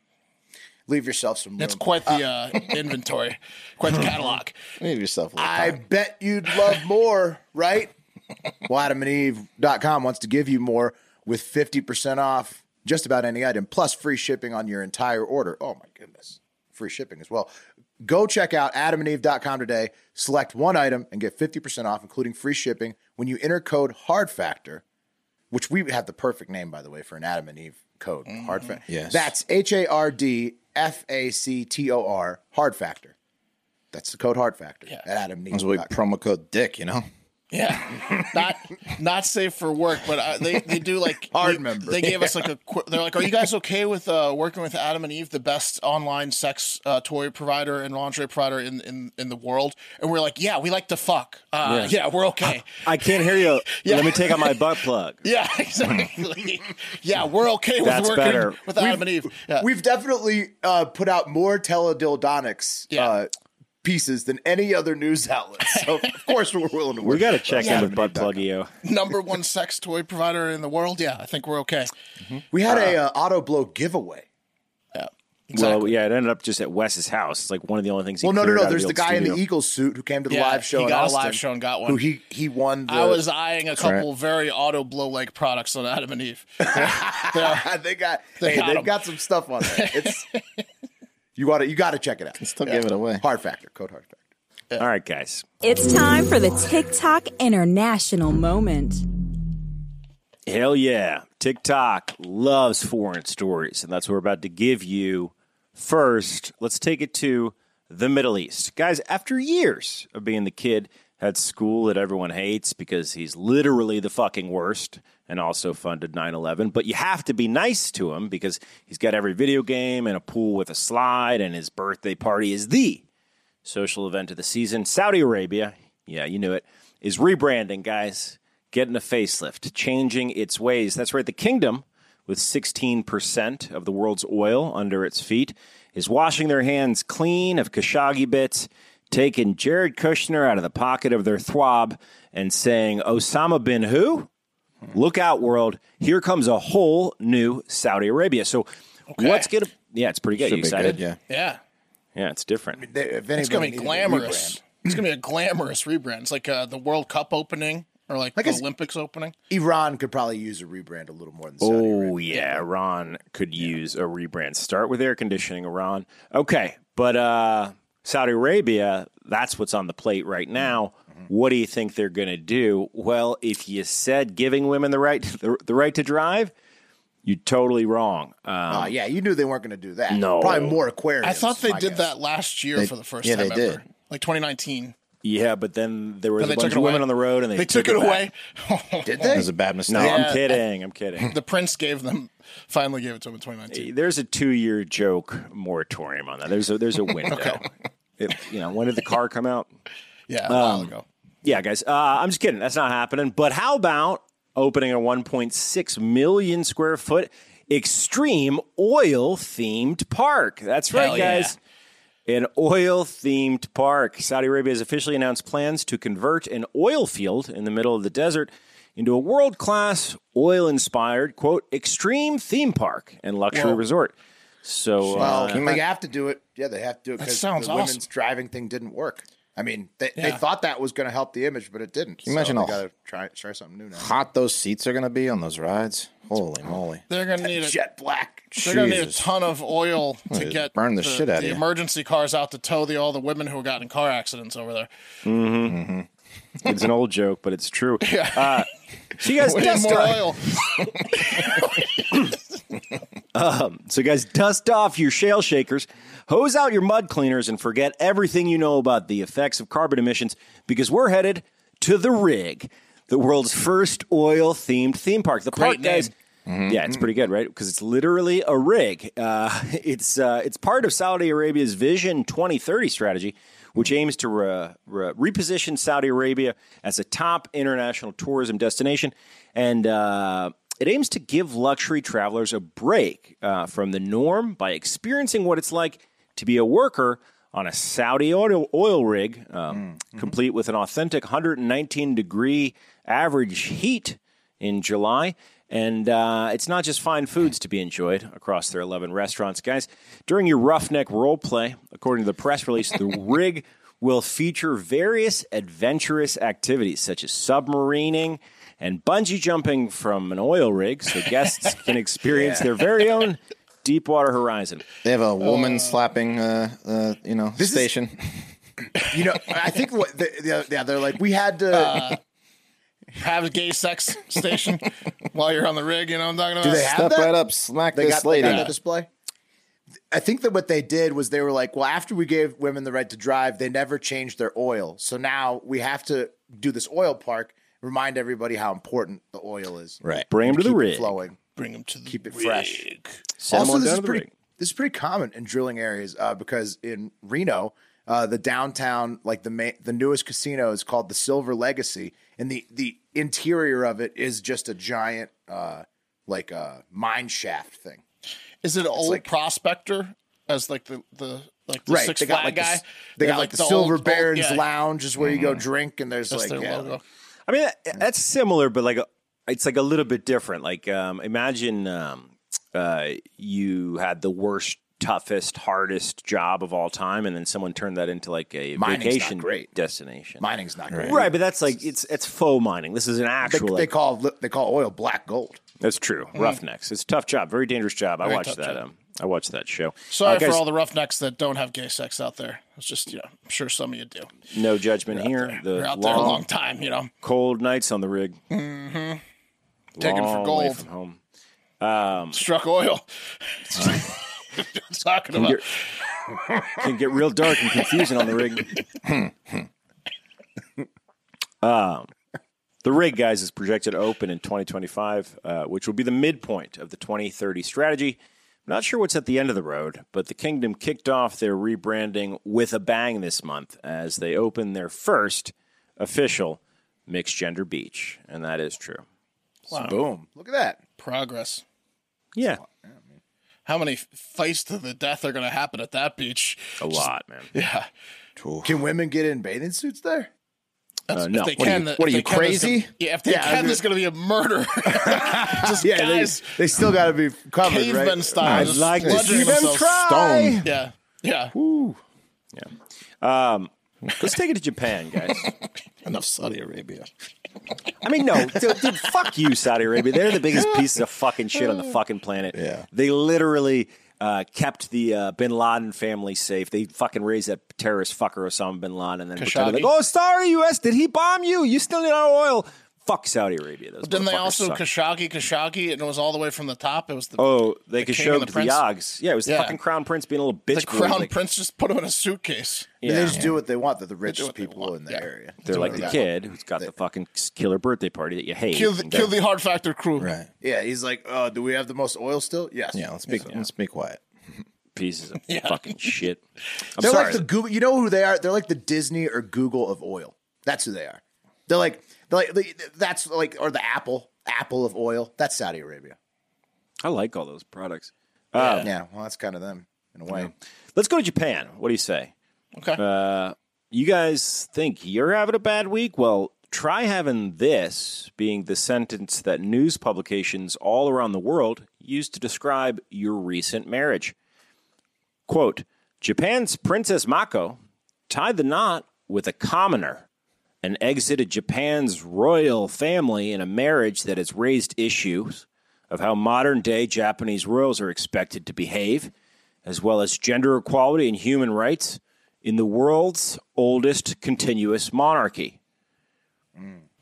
A: Leave yourself some room.
B: it's quite the uh, inventory, quite the catalog.
D: Leave yourself a little
A: I
D: time.
A: bet you'd love more, right? well, adamandeve.com wants to give you more with 50% off just about any item, plus free shipping on your entire order. Oh, my goodness. Free shipping as well. Go check out adamandeve.com today. Select one item and get 50% off, including free shipping, when you enter code HARDFACTOR, which we have the perfect name, by the way, for an Adam and Eve code. Hard Factor.
D: Yes.
A: That's H A R D F A C T O R, Hard Factor. That's the code Hard Factor at Adam and Eve.
D: That's what we promo code Dick, you know?
B: Yeah, not not safe for work, but uh, they they do like
A: Hard
B: they,
A: member.
B: They gave us like a qu- they're like, are you guys okay with uh, working with Adam and Eve, the best online sex uh, toy provider and lingerie provider in in in the world? And we're like, yeah, we like to fuck. Uh, yeah. we're okay.
C: I can't hear you. Let me take out my butt plug.
B: Yeah, exactly. yeah, we're okay with
C: That's
B: working
C: better.
B: with Adam and Eve. Yeah.
A: We've definitely uh, put out more teledildonics
B: Yeah.
A: uh, pieces than any other news outlet. So, of course, we're willing to work.
C: We got to check
B: Yeah.
C: in with butt plugio.
B: Number one sex toy provider in the world. Yeah, I think we're okay.
A: We had a uh, auto blow giveaway.
B: Yeah.
C: Well, yeah, it ended up just at Wes's house. It's like one of the only things. He
A: Well, no, no,
C: cleared out
A: no.
C: of
A: There's the
C: old
A: guy in
C: studio.
A: the Eagles suit who came to the
B: Yeah,
A: live show.
B: he
A: in
B: got a
A: Austin,
B: live show and got one.
A: Who he he won. The,
B: I was eyeing a couple very auto blow like products on Adam and Eve. Yeah.
A: they got.
B: They
A: hey,
B: got
A: they've
B: him.
A: got some stuff on there. It's you got to you got to check it out.
D: Still give it away.
A: Hard factor. Code hard factor.
C: All right, guys.
H: It's time for the TikTok International Moment.
C: Hell yeah. TikTok loves foreign stories, and that's what we're about to give you. First, let's take it to the Middle East. Guys, after years of being the kid at school that everyone hates because he's literally the fucking worst and also funded 9 11, but you have to be nice to him because he's got every video game and a pool with a slide, and his birthday party is the social event of the season. Saudi Arabia, yeah, you knew it, is rebranding, guys, getting a facelift, changing its ways. That's right, the kingdom, with 16% of the world's oil under its feet, is washing their hands clean of Khashoggi bits, taking Jared Kushner out of the pocket of their throb, and saying, Osama bin who? Look out, world. Here comes a whole new Saudi Arabia. So, what's going to. Yeah, it's pretty good. you
D: Should be
C: excited?
D: good, yeah.
B: yeah.
C: yeah, it's different.
A: They, if
B: It's gonna
A: anybody
B: be
A: needed a rebrand.
B: glamorous. It's gonna be a glamorous rebrand. It's like uh, the World Cup opening or like, the
A: it's-
B: Olympics opening.
A: Iran could probably use a rebrand a little more than Saudi Arabia.
C: Oh yeah, Iran could use a rebrand. Start with air conditioning, Iran. Okay, but uh, Saudi Arabia, that's what's on the plate right
B: Mm-hmm.
C: now. What do you think they're going to do? Well, if you said giving women the right the, the right to drive, you're totally wrong. Um,
A: Oh, yeah, you knew they weren't going to do that.
C: No.
A: probably more aquariums.
B: I thought they
A: my
B: did
A: guess.
B: that last year for the first
D: yeah,
B: time
D: they
B: ever.
D: did.
B: Like 2019.
C: yeah, but then there was
B: But they
C: a bunch
B: took it
C: of
B: away.
C: women on the road, and they,
B: They took it
C: back.
B: away.
A: Did
D: That
A: they?
D: was a bad mistake.
C: No,
B: Yeah.
C: I'm kidding. I'm kidding.
B: the prince gave them finally gave it to him in 2019.
C: There's a two year joke moratorium on that. There's a there's a window. If, you know, when did the car come out?
B: Yeah, a while ago.
C: Yeah, guys. Uh, I'm just kidding. That's not happening. But how about opening a 1.6 million square foot extreme oil themed park? That's right,
B: Hell yeah.
C: guys. An oil themed park. Saudi Arabia has officially announced plans to convert an oil field in the middle of the desert into a world class oil inspired, quote, extreme theme park and luxury resort. So,
A: Well,
C: uh,
A: they have to do it. Yeah, they have to do it because the
B: sounds awesome.
A: women's driving thing didn't work. I mean, they, they
B: Yeah.
A: thought that was going to help the image, but it didn't.
D: you imagine
A: so
D: all-
A: got to try try something new now.
D: Hot those seats are going to be on those rides. Holy moly.
B: They're gonna need a
A: Jet black.
B: they're gonna need a
D: Jesus.
B: ton of oil to
D: just
B: get
D: burn the shit outta
B: the
D: you.
B: emergency cars out to tow the all the women who got in car accidents over there.
C: It's an old joke, but it's true. Uh, so you guys
B: Way
C: dust
B: more
C: off.
B: oil.
C: So you guys dust off your shale shakers, hose out your mud cleaners, and forget everything you know about the effects of carbon emissions because we're headed to the rig, the world's first oil themed theme park. The park,
B: name.
C: guys. Yeah, it's pretty good, right? Because it's literally a rig. Uh, it's uh, it's part of Saudi Arabia's Vision 2030 strategy, which aims to re- re- reposition Saudi Arabia as a top international tourism destination, and uh, it aims to give luxury travelers a break uh, from the norm by experiencing what it's like to be a worker on a Saudi oil, oil rig, um, complete with an authentic 119 degree average heat in July. And uh, it's not just fine foods to be enjoyed across their 11 restaurants, guys. During your roughneck role play, according to the press release, the rig will feature various adventurous activities such as submarining and bungee jumping from an oil rig so guests can experience their very own deepwater horizon.
D: They have a woman slapping, uh, uh, you know,
A: is-
D: station.
A: You know, I think what the, the, yeah, they're like, we had to.
B: Uh, Have a gay sex station while you're on the rig. You know what I'm talking about?
A: do they have
D: Step
A: that?
D: right up, smack
A: They
D: this
A: got, they
D: lady.
A: got that display. I think that what they did was they were like, well, after we gave women the right to drive, they never changed their oil. So now we have to do this oil park, remind everybody how important the oil is.
D: Right.
C: Bring them to the
A: Keep it
C: rig.
A: flowing.
B: Bring them to the
A: Keep it
B: rig.
A: fresh.
C: Send them
A: also,
C: on
A: this
C: down
A: is
C: to the
A: pretty
C: rig.
A: this is pretty common in drilling areas uh, because in Reno, uh, the downtown, like the ma- the newest casino is called the Silver Legacy, and the the interior of it is just a giant uh, like uh, mine shaft thing.
B: Is it an old
A: like-
B: prospector as like the the like the
A: right,
B: six
A: they got
B: flag
A: like the
B: guy?
A: s- they got like, the, Silver
B: old- old-
A: Barons
B: yeah, Mm-hmm.
A: Lounge is where you go drink, and there's
B: That's
A: like
B: their
A: yeah,
B: logo.
C: I mean, that- that's similar, but like a, it's like a little bit different. Like, um, imagine um, uh, you had the worst, toughest, hardest job of all time, and then someone turned that into like a
A: Mining's not
C: vacation
A: great.
C: destination.
A: mining's not great.
C: Right, but that's like it's it's faux mining. This is an
A: They,
C: actual.
A: they call they call oil black gold.
C: that's true. Roughnecks. It's a tough job. Very dangerous job. I watched
B: Mm. tough
C: that.
B: job.
C: Um, I watched that show.
B: Sorry
C: Uh, guys,
B: for all the roughnecks that don't have gay sex out there. It's just you know, I'm sure some of you do.
C: no judgment here. The
B: You're out
C: long,
B: there a long time, you know.
C: cold nights on the rig. Mm-hmm.
B: Taken for gold.
C: from home.
B: Struck oil. talking about.
C: You're- can get real dark and confusing on the rig. um, the rig, guys, is projected to open in 2025, uh, which will be the midpoint of the 2030 strategy. I'm not sure what's at the end of the road, but the kingdom kicked off their rebranding with a bang this month as they open their first official mixed gender beach, and that is true.
A: Boom! Look at that.
B: Progress.
C: Yeah,
B: How many fights to the death are going to happen at that beach?
C: a lot, man.
B: Yeah,
A: Can women get in bathing suits there?
C: Uh, no,
B: If they
C: What do you-
B: can, the-
D: what are
B: if
D: you,
B: they can, there's
D: crazy?
B: Gonna, yeah, if they
A: Yeah, I
B: can,
A: mean-
B: there's going to be a murder. Just
A: Yeah, they,
B: guys,
A: they still got to be covered,
B: cavemen
A: right?
B: style.
C: I'd
B: just
C: like to
B: bludgeoning
C: see them
B: themselves.
C: try.
B: Yeah, yeah.
C: Um, let's take it to Japan, guys.
B: Enough Saudi Arabia.
C: I mean, no, dude, dude, fuck you, Saudi Arabia. They're the biggest pieces of fucking shit on the fucking planet. Yeah. They literally uh, kept the uh, bin Laden family safe. They fucking raised that terrorist fucker Osama bin Laden and then pretended
B: Khashoggi.
C: like, oh, sorry, U.S., did he bomb you? You still need our oil. Fuck Saudi Arabia. Those
B: Didn't they
C: motherfuckers
B: also
C: suck.
B: Khashoggi, Khashoggi, and it was all the way from the top? It was the,
C: Oh, they
B: the king and the
C: Khashoggi the, the
B: prince?
C: Yogs. Yeah, it was the
B: Yeah.
C: fucking crown prince being a little bitch.
B: the
C: boy.
B: crown
C: Like,
B: prince just put him in a suitcase.
A: They just do what they want. They're the richest
B: what they
A: people
B: want,
A: in the
B: yeah.
A: area.
C: They're like
A: That's
C: the
A: what
C: kid who's got the fucking killer birthday party that you hate.
B: Kill the, kill the hard factor crew.
D: Right.
A: they got. Yeah, he's like, uh, do we have the most oil still? Yes.
D: Yeah. Let's be let's be quiet.
C: pieces of fucking shit. I'm
A: They're
C: sorry.
A: like the Google. You know who they are? They're like the Disney or Google of oil. That's who they are. They're like, they're like they, that's like, or the Apple, Apple of oil. That's Saudi Arabia.
C: I like all those products.
D: Oh.
A: Yeah. Well, that's kind of them in a way.
C: Let's go to Japan. What do you say? Uh,
B: Okay.
C: You guys think you're having a bad week? Well, try having this being the sentence that news publications all around the world use to describe your recent marriage. Quote Japan's Princess Mako tied the knot with a commoner and exited Japan's royal family in a marriage that has raised issues of how modern day Japanese royals are expected to behave, as well as gender equality and human rights in the world's oldest continuous monarchy.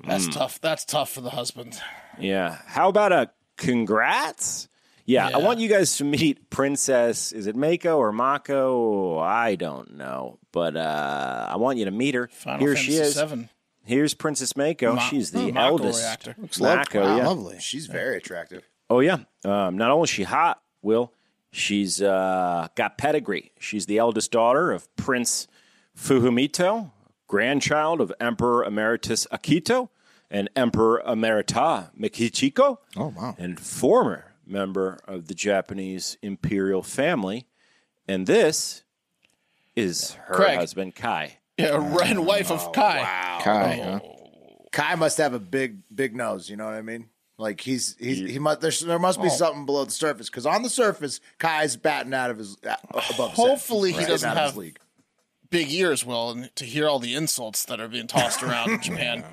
B: That's tough. That's tough for the husband.
C: Yeah. How about a congrats? Yeah, I want you guys to meet Princess. Is it Mako or Mako? I don't know, but uh, I want you to meet her.
B: Final
C: Here
B: Fantasy
C: she is.
B: Seven.
C: Here's Princess Mako.
B: Ma-
C: She's the
B: oh, Mako
C: eldest.
B: reactor.
C: Mako, yeah.
D: Lovely.
A: She's very attractive.
C: Oh yeah. Um, not only is she hot, Will, she's uh, got pedigree. She's the eldest daughter of Prince Fuhumito, grandchild of Emperor Emeritus Akito and Emperor Emerita Mikichiko. Oh wow! And former member of the Japanese imperial family. And this is her
B: Craig.
C: husband Kai.
B: Yeah, red wife of Kai.
D: Kai,
A: Oh.
D: huh?
A: Kai must have a big, big nose. You know what I mean? Like he's he's he must there's, there must
B: Oh.
A: be something below the surface because on the surface Kai's batting out of his uh, above. his head.
B: Hopefully he
A: He's
B: doesn't
A: out of his
B: have-
A: league.
B: Big ears, Will, and to hear all the insults that are being tossed around in Japan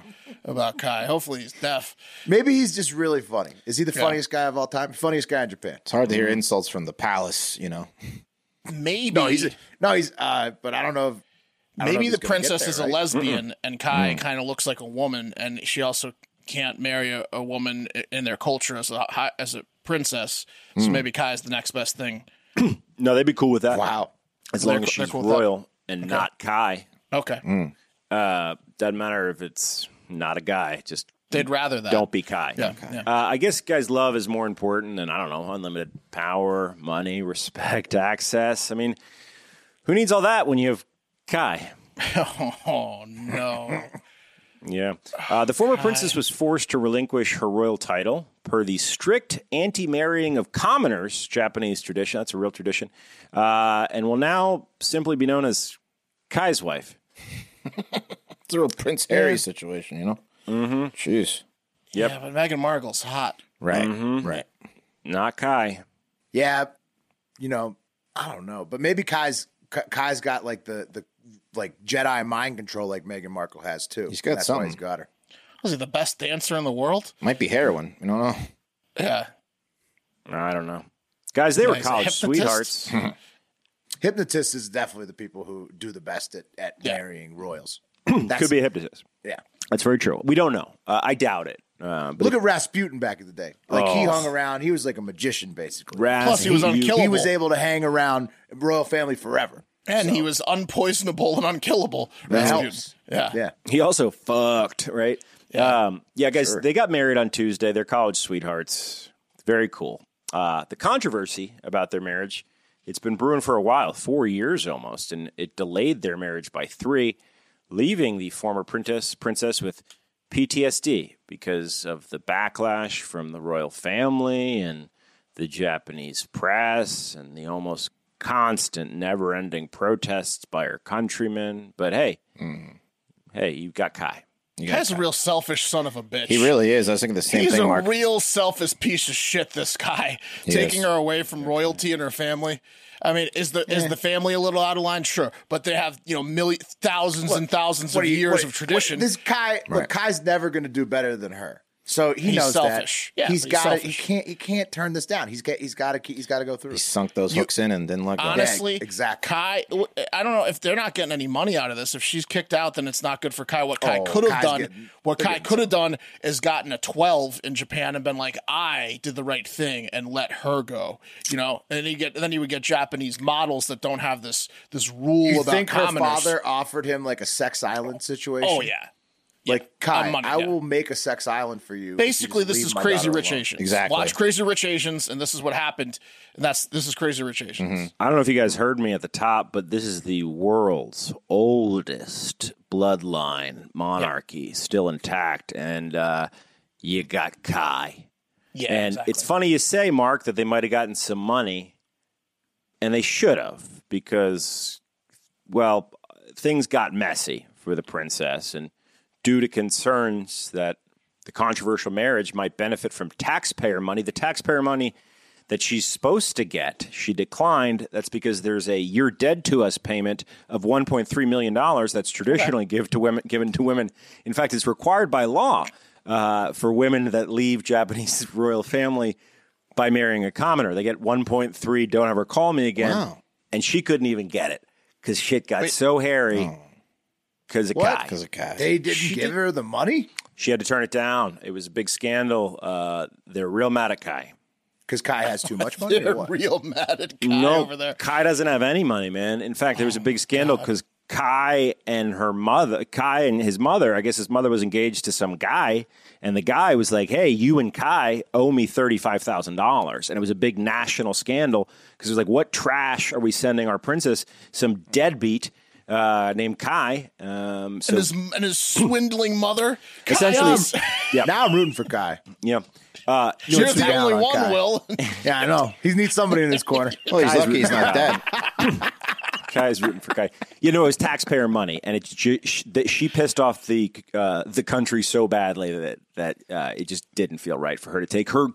B: about Kai. Hopefully he's deaf.
A: Maybe he's just really funny. Is he the funniest guy of all time? Funniest guy in Japan?
D: It's hard to hear insults from the palace, you know.
B: Maybe
A: No, he's no, he's. Uh, but I don't know. If, I don't know if
B: maybe
A: he's
B: the
A: gonna get
B: princess
A: there,
B: is a
A: right?
B: lesbian and Kai kind of looks like a woman, and she also can't marry a, a woman i- in their culture as a hi- as a princess. So
A: Mm.
B: maybe Kai is the next best thing.
C: No, they'd be cool with that.
A: Wow.
C: As
B: They're
C: long as
B: co- they're
C: she's
B: cool with that.
C: royal and not Kai.
B: Okay,
A: Mm.
C: Uh, doesn't matter if it's not a guy, just
B: they'd rather that.
C: Don't be Kai.
B: Yeah, Okay. yeah.
C: Uh, I guess guys' love is more important than I don't know unlimited power, money, respect, access. I mean, who needs all that when you have Kai?
B: Oh no.
C: Yeah. Uh, the former princess was forced to relinquish her royal title per the strict anti marrying of commoners Japanese tradition. That's a real tradition. Uh, and will now simply be known as Kai's wife.
D: It's a real Prince Harry situation, you know. Mm-hmm. Jeez.
C: Yep.
B: Yeah, but Meghan Markle's hot.
D: Right. Right.
C: Not Kai.
A: Yeah, you know, I don't know, but maybe Kai's Ka- Kai's got like the the like Jedi mind control like Meghan Markle has too.
D: He's got
A: That's Why he's
D: something.
A: got her.
B: Was he the best dancer in the world?
D: Might be heroin. You don't know.
B: Yeah.
C: I don't know. Guys, they were
B: he's a
C: college
B: hypnotist.
C: sweethearts.
A: Hypnotist is definitely the people who do the best at, at
B: Yeah.
A: marrying royals.
C: Could be a hypnotist.
A: Yeah.
C: That's very true. We don't know. Uh, I doubt it. Uh, but
A: Look at Rasputin back in the day. Like he hung around. He was like a magician basically.
C: Raz,
B: Plus, he was unkillable.
A: He was able to hang around royal family forever.
B: and he was unpoisonable and unkillable.
A: That
B: Rasputin.
A: helps.
B: Yeah.
A: Yeah.
C: He also fucked, right? Yeah, um, yeah guys, they got married on Tuesday. They're college sweethearts. Very cool. Uh, the controversy about their marriage, it's been brewing for a while, four years almost, and it delayed their marriage by three, leaving the former princess, princess with PTSD because of the backlash from the royal family and the Japanese press and the almost constant, never ending protests by her countrymen. But hey, hey, you got Kai.
B: Kai's a real selfish son of a bitch.
D: He really is. I was thinking the same
B: He's
D: thing,
B: a
D: Mark.
B: real selfish piece of shit. This guy taking
D: is.
B: her away from royalty and her family. I mean, is the is the family a little out of line? Sure, but they have you know million thousands and thousands
A: What
B: of
A: do you-
B: years
A: what-
B: of tradition.
A: what- this Kai, look, Kai's never going to do better than her. So he
B: He's
A: knows
B: selfish.
A: that.
B: Yeah,
A: he's
B: he's
A: got. He
B: selfish.
A: can't. He can't turn this down. He's got. He's got to. He's got to go through.
D: He sunk those hooks in and didn't let go.
B: Honestly,
A: Yeah, exactly.
B: Kai, I don't know if they're not getting any money out of this. If she's kicked out, then it's not good for Kai. What Kai
A: Oh,
B: could have
A: Kai's
B: done,
A: getting-
B: what
A: they're
B: Kai
A: getting
B: could have done, is gotten a twelve in Japan and been like, "I did the right thing and let her go." You know, and then you get then you would get Japanese models that don't have this this rule
A: you
B: about
A: think her
B: commoners.
A: father offered him like a sex island situation?
B: oh yeah,
A: Like Kai,
B: on money,
A: I
B: yeah.
A: will make a sex island for you. if you
B: basically
A: just
B: this
A: leave
B: is
A: my
B: Crazy
A: daughter
B: Rich
A: alone."
B: Asians.
D: Exactly.
B: Watch Crazy Rich Asians, and this is what happened. And that's this is Crazy Rich Asians.
A: Mm-hmm.
C: I don't know if you guys heard me at the top, but this is the world's oldest bloodline monarchy still intact. And uh, you got Kai.
B: Yeah,
C: and
B: exactly.
C: it's funny you say, Mark, that they might have gotten some money, and they should have because, well, things got messy for the princess, and due to concerns that the controversial marriage might benefit from taxpayer money, the taxpayer money that she's supposed to get, she declined. That's because there's a "you're dead to us" payment of 1.3 million dollars that's traditionally give to women, given to women. In fact, it's required by law uh, for women that leave Japanese royal family by marrying a commoner. They get 1.3. Don't ever call me again. And she couldn't even get it because shit got so hairy. because of
A: What?
C: Kai.
D: because of cash.
A: They didn't give her the money
C: She had to turn it down. It was a big scandal. Uh, they're real mad at Kai.
A: because Kai has too much money.
B: They're
A: Or what?
B: real mad at Kai
C: no,
B: over there. Oh,
C: Kai doesn't have any money, man. In fact, there was a big scandal because Kai and her mother, Kai and his mother, I guess his mother was engaged to some guy, and the guy was like, "Hey, you and Kai owe me thirty five thousand dollars," and it was a big national scandal because it was like, "What trash are we sending our princess? Some deadbeat." Uh, named Kai. Um, so
B: And his and his swindling mother.
C: Essentially-
B: Kai, um,
A: Now I'm rooting for Kai.
C: yeah, uh,
B: you're
A: down
B: the only
A: on
B: one.
A: Kai.
B: Will
A: Yeah, I know. He needs somebody in his corner.
D: well, he's lucky he's not dead.
C: Kai's rooting for Kai. You know, it was taxpayer money, and it's ju- sh- that she pissed off the uh, the country so badly that that uh, it just didn't feel right for her to take her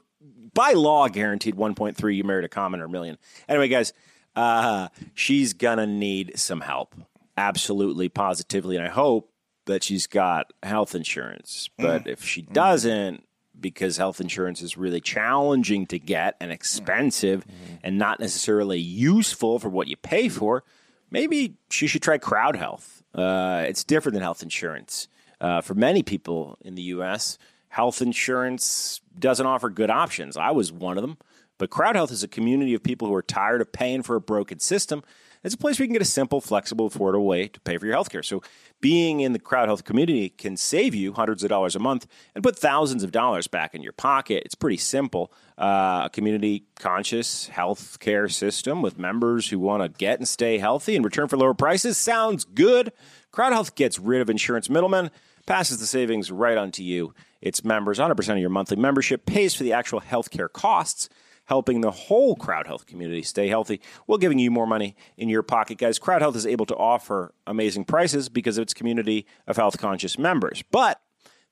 C: by law guaranteed 1.3 you married a commoner million. Anyway, guys, uh, she's gonna need some help, absolutely, positively, and I hope that she's got health insurance. But if she doesn't. Because health insurance is really challenging to get and expensive and not necessarily useful for what you pay for, maybe she should try crowd health. Uh, it's different than health insurance. Uh, for many people in the U.S., health insurance doesn't offer good options. I was one of them. But crowd health is a community of people who are tired of paying for a broken system. It's a place where you can get a simple, flexible, affordable way to pay for your health care. So being in the crowd health community can save you hundreds of dollars a month and put thousands of dollars back in your pocket. It's pretty simple. Uh, a community conscious health care system with members who want to get and stay healthy in return for lower prices sounds good. Crowd health gets rid of insurance middlemen passes the savings right on to you. Its members, 100% of your monthly membership, pays for the actual healthcare costs, helping the whole crowd health community stay healthy while giving you more money in your pocket. Guys, Crowd Health is able to offer amazing prices because of its community of health conscious members. But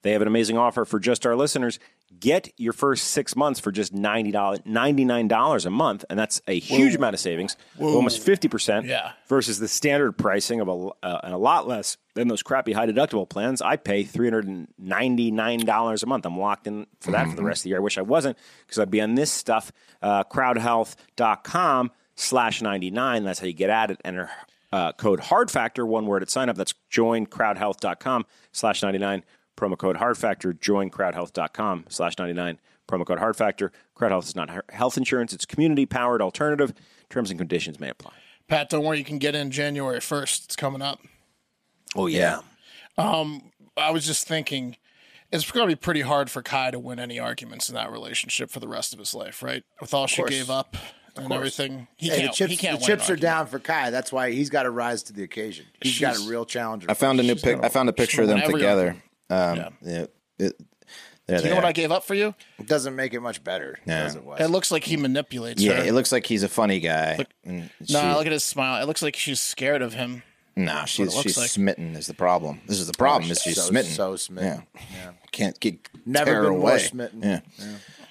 C: they have an amazing offer for just our listeners. Get your first six months for just $90, $99 a month, and that's a huge amount of savings, almost 50%
B: Yeah.
C: versus the standard pricing of a, uh, and a lot less than those crappy high deductible plans. I pay $399 a month. I'm locked in for that for
D: Mm-hmm.
C: the rest of the year. I wish I wasn't because I'd be on this stuff, uh, crowdhealth.com slash 99. That's how you get at it. Enter uh, code hard factor, one word at sign up. That's joincrowdhealth.com slash 99. Promo code hard factor, joincrowdhealth.com slash 99. Promo code hard factor. Crowd health is not he- health insurance. It's community powered alternative. Terms and conditions may apply.
B: Pat, don't worry, you can get in January first. It's coming up. Um,
C: Oh, yeah.
B: I was just thinking, it's going to be pretty hard for Kai to win any arguments in that relationship for the rest of his life, right? With all she gave up and everything, he
A: Hey, the
B: can't.
A: chips,
B: he can't
A: the
B: win
A: chips
B: an
A: are
B: argument.
A: down for Kai. That's why he's got to rise to the occasion. He's got a
B: She's-
A: real challenger.
D: I found a new pic. I found a picture of them
B: every
D: together. Um, yeah, it- there
B: You
D: they
B: know what
D: are.
B: I gave up for you?
A: It doesn't make it much better.
D: Yeah.
A: Does it, Wes?
B: It looks like he manipulates
D: yeah,
B: her.
D: it looks like he's a funny guy. And she-
B: no, look at his smile. It looks like she's scared of him.
D: nah, she's
B: looks
D: she's
B: like.
D: smitten is the problem. This is the problem. Is she's
A: so,
D: smitten?
A: So smitten.
D: Yeah. Can't get
A: Never
D: tear her
A: been more
D: away.
A: smitten.
D: Yeah,
C: Give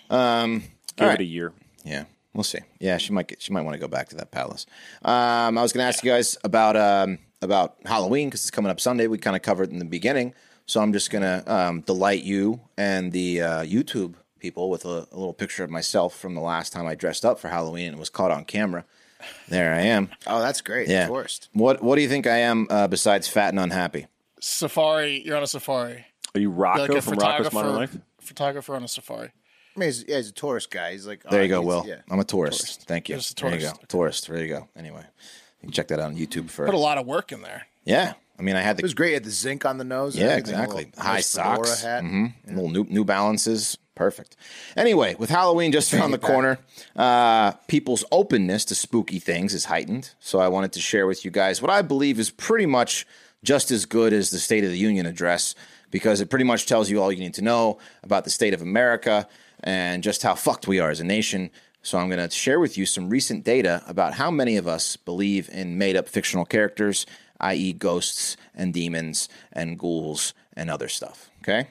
D: All
C: it
D: right.
C: a year.
D: yeah. We'll see. Yeah, she might get, she might want to go back to that palace. Um, I was going to ask you guys about um, about Halloween because it's coming up Sunday. We kind of covered it in the beginning, so I'm just going to um, delight you and the uh, YouTube people with a, a little picture of myself from the last time I dressed up for Halloween and was caught on camera. There I am.
A: Oh, that's great.
D: Yeah.
A: Forced.
D: What What do you think I am uh, besides fat and unhappy?
B: Safari, you're on a safari.
C: Are you Rocco
B: You're like a
C: from Rocco's Modern
B: photographer.
C: Life?
B: Photographer on a safari.
A: I mean, he's, yeah, he's a tourist guy. He's like, oh,
D: There you
B: Uh,
D: go,
A: he's-
D: Will.
A: Yeah.
D: I'm a tourist. Thank you.
B: Just a
D: There you
B: tourist.
D: go. Tourist. There you go. Anyway, you can check that out on YouTube for.
B: Put a lot of work in there.
D: yeah. I mean, I had
A: It was
D: the
A: great. He had the zinc on the nose. and
D: yeah,
A: everything, a
D: exactly.
A: little-
D: High
A: nice fedora
D: socks,
A: hat.
D: hmm little new New Balances, perfect. Anyway, with Halloween just around the corner, uh, people's openness to spooky things is heightened. So I wanted to share with you guys what I believe is pretty much just as good as the State of the Union address because it pretty much tells you all you need to know about the state of America and just how fucked we are as a nation. So I'm going to share with you some recent data about how many of us believe in made-up fictional characters, i.e., ghosts and demons and ghouls and other stuff. Okay.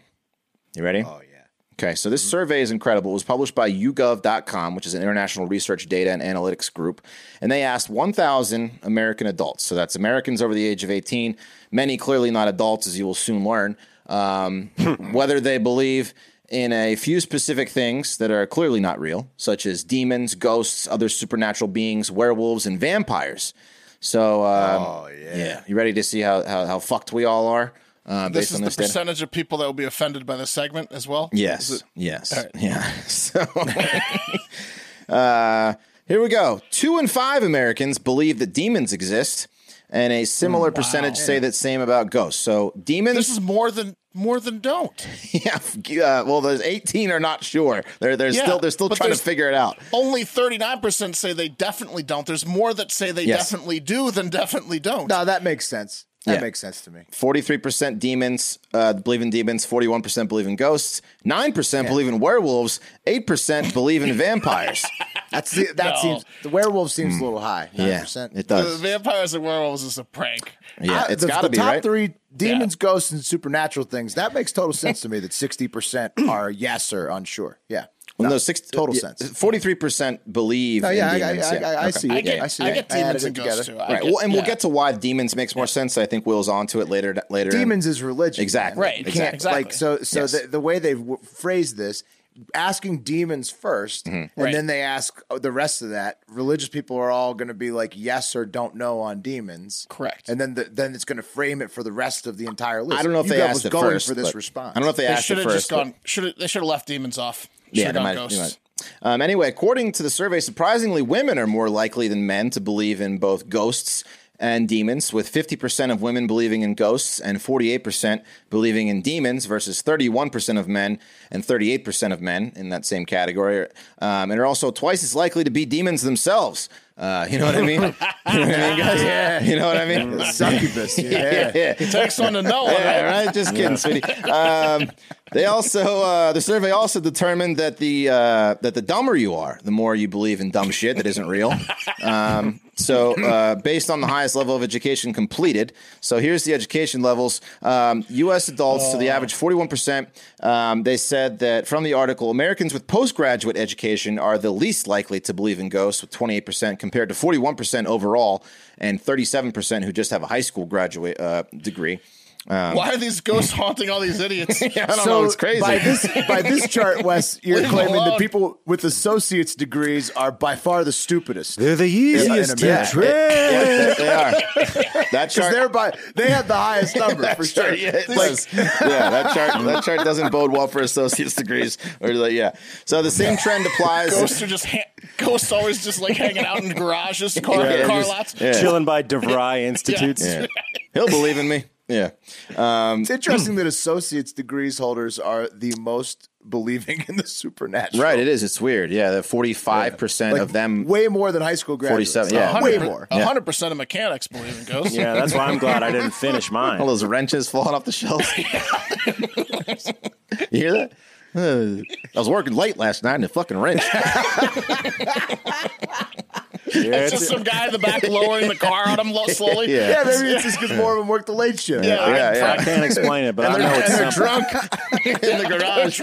D: You ready? Oh, yeah. Okay, so this survey is incredible. It was published by YouGov.com, which is an international research data and analytics group. And they asked 1,000 American adults. So that's Americans over the age of 18, many clearly not adults, as you will soon learn, um, whether they believe in a few specific things that are clearly not real, such as demons, ghosts, other supernatural beings, werewolves, and vampires. So, um,
A: Oh, yeah.
D: you ready to see how how, how fucked we all are uh,
B: This
D: based
B: is
D: on
B: the
D: this data?
B: percentage of people that will be offended by this segment as well.
D: Yes.
B: Is it-
D: Yes.
B: All right.
D: Yeah. So uh, here we go. Two in five Americans believe that demons exist, and a similar percentage say that same about ghosts. So
B: Mm, This
D: demons.
B: is more than more than don't.
D: yeah. Uh, well, those eighteen are not sure. They're they're
B: Yeah,
D: still they're still
B: but
D: trying to
B: there's-
D: figure it out.
B: Only 39% say they definitely don't. There's more that say they
D: Yes.
B: definitely do than definitely don't.
A: No, that makes sense. That
D: Yeah.
A: makes sense to me.
D: Forty-three percent demons uh, believe in demons. Forty-one percent believe in ghosts. Nine percent believe in werewolves. Eight percent believe in vampires.
A: That's the, that
B: No.
A: seems the werewolf seems a little high. 9%.
D: Mm. yeah, it
B: The
D: does.
B: vampires and werewolves is a prank.
D: Yeah,
A: I-
D: it's
A: the,
D: got to
A: the
D: be
A: top
D: right.
A: three demons, ghosts, and supernatural things. That makes total sense to me. That sixty percent are yes or unsure. Yeah,
D: Well, no, six
A: total sense.
D: Forty-three percent believe.
A: No, yeah,
D: in
A: I,
D: demons.
A: I, I, I, I
D: Okay.
A: see.
B: I
A: it.
B: get, I,
A: I see. it.
B: get
A: I added
B: demons
A: it
B: and ghosts too.
A: together.
B: I
D: Right.
B: get-
D: Well, and we'll
B: yeah.
D: get to why demons makes more sense. I think Will's onto it later. Later.
A: Demons is religion.
D: Exactly.
A: man.
D: Right,
A: You can't
B: exactly.
A: like so. So
D: Yes.
A: the, the way they w- phrase this, asking demons 1st
D: Mm-hmm.
A: and
B: Right.
A: then they ask uh, the rest of that. Religious people are all going to be like yes or don't know on demons.
B: Correct.
A: And then the, then it's going to frame it for the rest of the entire list.
D: I don't know if
A: You
D: they
A: guys
D: asked
A: was
D: it
A: going
D: first.
A: for this
D: but-
A: response.
D: I don't know if they
B: They
D: asked
B: should
D: it
B: have just
D: first. but-
B: gone. Should have. They should have left demons off. Should
D: Yeah,
B: have
D: they
B: gone
D: might, they
B: ghosts.
D: might. Um, anyway, according to the survey, surprisingly, women are more likely than men to believe in both ghosts and demons, with 50% of women believing in ghosts and 48% believing in demons versus 31% of men and 38% of men in that same category. Um, and are also twice as likely to be demons themselves. Uh, you know what I mean? you know what I mean, guys? Yeah. You know what I mean?
A: Succubus. yeah.
D: yeah.
B: Takes one to know one.
D: Yeah,
B: right?
D: right. Just kidding, sweetie. Um, they also uh, the survey also determined that the uh, that the dumber you are, the more you believe in dumb shit that isn't real. Um, so uh, based on the highest level of education completed, so here's the education levels. Um, U.S. adults, so the average 41 percent. Um, they said that from the article, Americans with postgraduate education are the least likely to believe in ghosts, with 28 percent compared to 41 percent overall, and 37 percent who just have a high school graduate uh, degree.
B: Why are these ghosts haunting all these idiots?
D: I don't know. It's crazy.
A: By this, by this chart, Wes, you're
B: Leave
A: claiming
B: alone.
A: that people with associates degrees are by far the stupidest.
G: They're the easiest
A: in
G: to
A: America.
G: trick.
D: they are. That
A: Because
D: chart.
A: they're by they had the highest number for sure.
D: Yeah, it does. yeah, that chart that chart doesn't bode well for associate's degrees or like yeah. So the same trend applies.
B: Ghosts are just ha- ghosts always just like hanging out in garages, car,
D: Yeah,
B: car
D: just-
B: lots.
D: yeah.
C: Chilling by DeVry Institutes.
D: Yeah. He'll believe in me. Yeah.
A: It's interesting that associates degrees holders are the most believing in the supernatural.
D: Right, it is. It's weird. Yeah, that 45%
A: Like,
D: of them
A: way more than high school graduates.
D: 47, yeah.
A: way
B: 100
A: more.
D: Yeah.
B: 100% of mechanics believe in ghosts.
C: Yeah, that's why I'm glad I didn't finish
D: all
C: mine.
D: those wrenches falling off the shelves. you hear that? Uh, I was working late last night and a fucking wrench.
C: Yeah,
B: It's just
C: it's-
B: some guy in the back lowering the car on him low, slowly.
D: Yeah.
A: Yeah, maybe it's just because more of them work the late shift.
B: Yeah, I-
D: yeah,
C: I
D: yeah.
C: can't explain it, but I know it's something.
D: in the garage.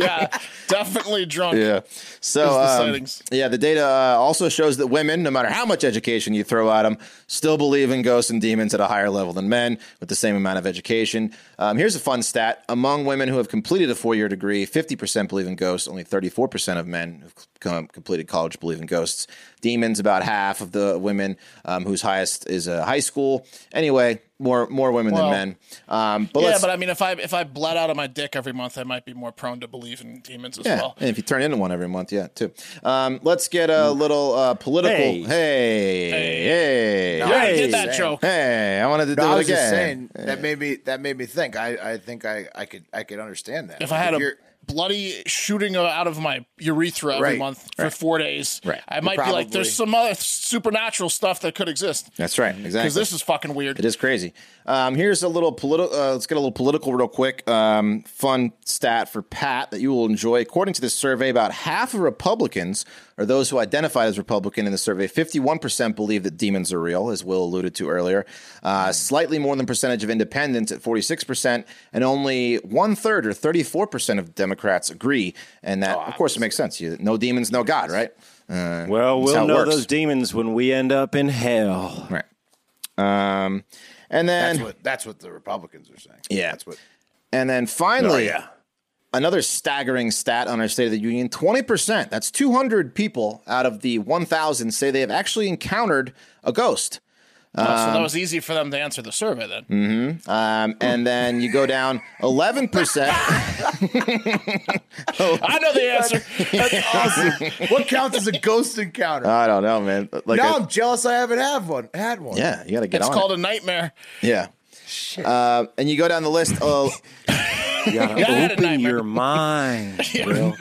B: yeah, definitely drunk.
D: Yeah.
B: Those
D: So
B: are the
D: um,
B: sightings.
D: yeah, the data uh, also shows that women, no matter how much education you throw at them, still believe in ghosts and demons at a higher level than men with the same amount of education. Um, here's a fun stat: among women who have completed a four-year degree, 50% believe in ghosts. Only 34% of men who've com- completed college believe in ghosts. Demons, about half of the women um, whose highest is uh, high school. Anyway, more more women
B: Well,
D: than men. Um, but
B: Yeah,
D: let's,
B: but I mean, if I if I bled out of my dick every month, I might be more prone to believe in demons as
D: Yeah,
B: well.
D: and if you turn into one every month, yeah, too. Um, let's get a little uh, political. Hey,
C: Hey.
D: hey, hey,
B: Yeah, I
C: Hey.
B: did that joke.
D: I wanted to do
A: No,
D: it
A: I was
D: again.
A: just saying that made me that made me think. I, I think I, I could I could understand that.
B: If I had
A: Like,
B: a
A: if you're-
B: bloody shooting out of my urethra every
A: Right,
B: month for four days,
D: Right.
B: I might be like,
A: probably-
B: there's some other supernatural stuff that could exist.
D: That's right, exactly.
B: Because this is fucking weird.
D: It is crazy. Um, here's a little political. Uh, let's get a little political real quick. Um, fun stat for Pat that you will enjoy. According to this survey, about half of Republicans or those who identified as Republican in the survey, 51% believe that demons are real, as Will alluded to earlier. Uh, slightly more than percentage of independents at 46%, and only one third or 34% of Democrats agree. And
C: Oh,
D: that, of course, it makes sense. You, no demons, no God, right? Uh,
C: Well,
D: that's how
C: we'll
D: it
C: know
D: works.
C: those demons when we end up in hell.
D: Right. Um, and then
A: that's what that's what the Republicans are saying.
D: Yeah.
A: that's what
C: Oh,
D: And then finally, Another staggering stat on our State of the Union 20%, that's 200 people out of the 1,000 say they have actually encountered a ghost.
B: Oh, so that was easy for them to answer the survey then.
D: Um, and then you go down 11%.
B: I know the answer. That's awesome.
A: What counts as a ghost encounter?
D: I don't know, man. Like
A: now
D: I-
A: I'm jealous I haven't had one. Had one.
D: yeah, you got to get
B: It's
D: on.
B: called
D: it.
B: a nightmare.
D: yeah. Uh, and you go down the list uh,
B: Yeah, I had a
C: Open
B: nightmare.
C: your mind, bro.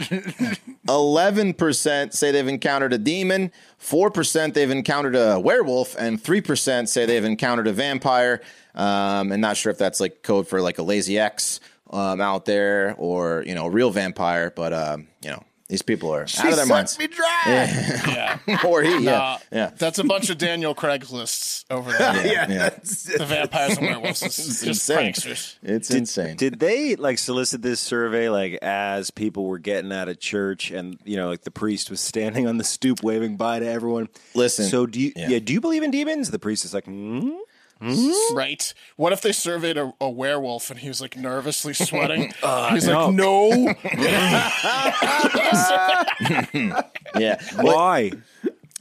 D: 11% say they've encountered a demon, 4% they've encountered a werewolf, and 3% say they've encountered a vampire. Um, and not sure if that's like code for like a lazy X um, out there or, you know, a real vampire, but, um, you know, these people are out of their minds.
A: me dry.
D: or he, yeah.
B: Uh,
D: yeah.
B: That's a bunch of Daniel Craigslists over there.
A: Yeah,
D: yeah.
A: that's it.
B: The vampires and werewolves. It's just
D: insane.
B: pranksters.
D: It's insane.
C: Did they like solicit this survey like as people were getting out of church and you know like the priest was standing on the stoop waving bye to everyone?
D: Listen,
C: So do you
D: yeah.
C: yeah, do you believe in demons? The priest is like, mm?
B: Right? What if they surveyed a, a werewolf and he was like nervously sweating?
D: Uh,
B: He's
C: no.
B: like, no.
D: yeah. Well,
C: why?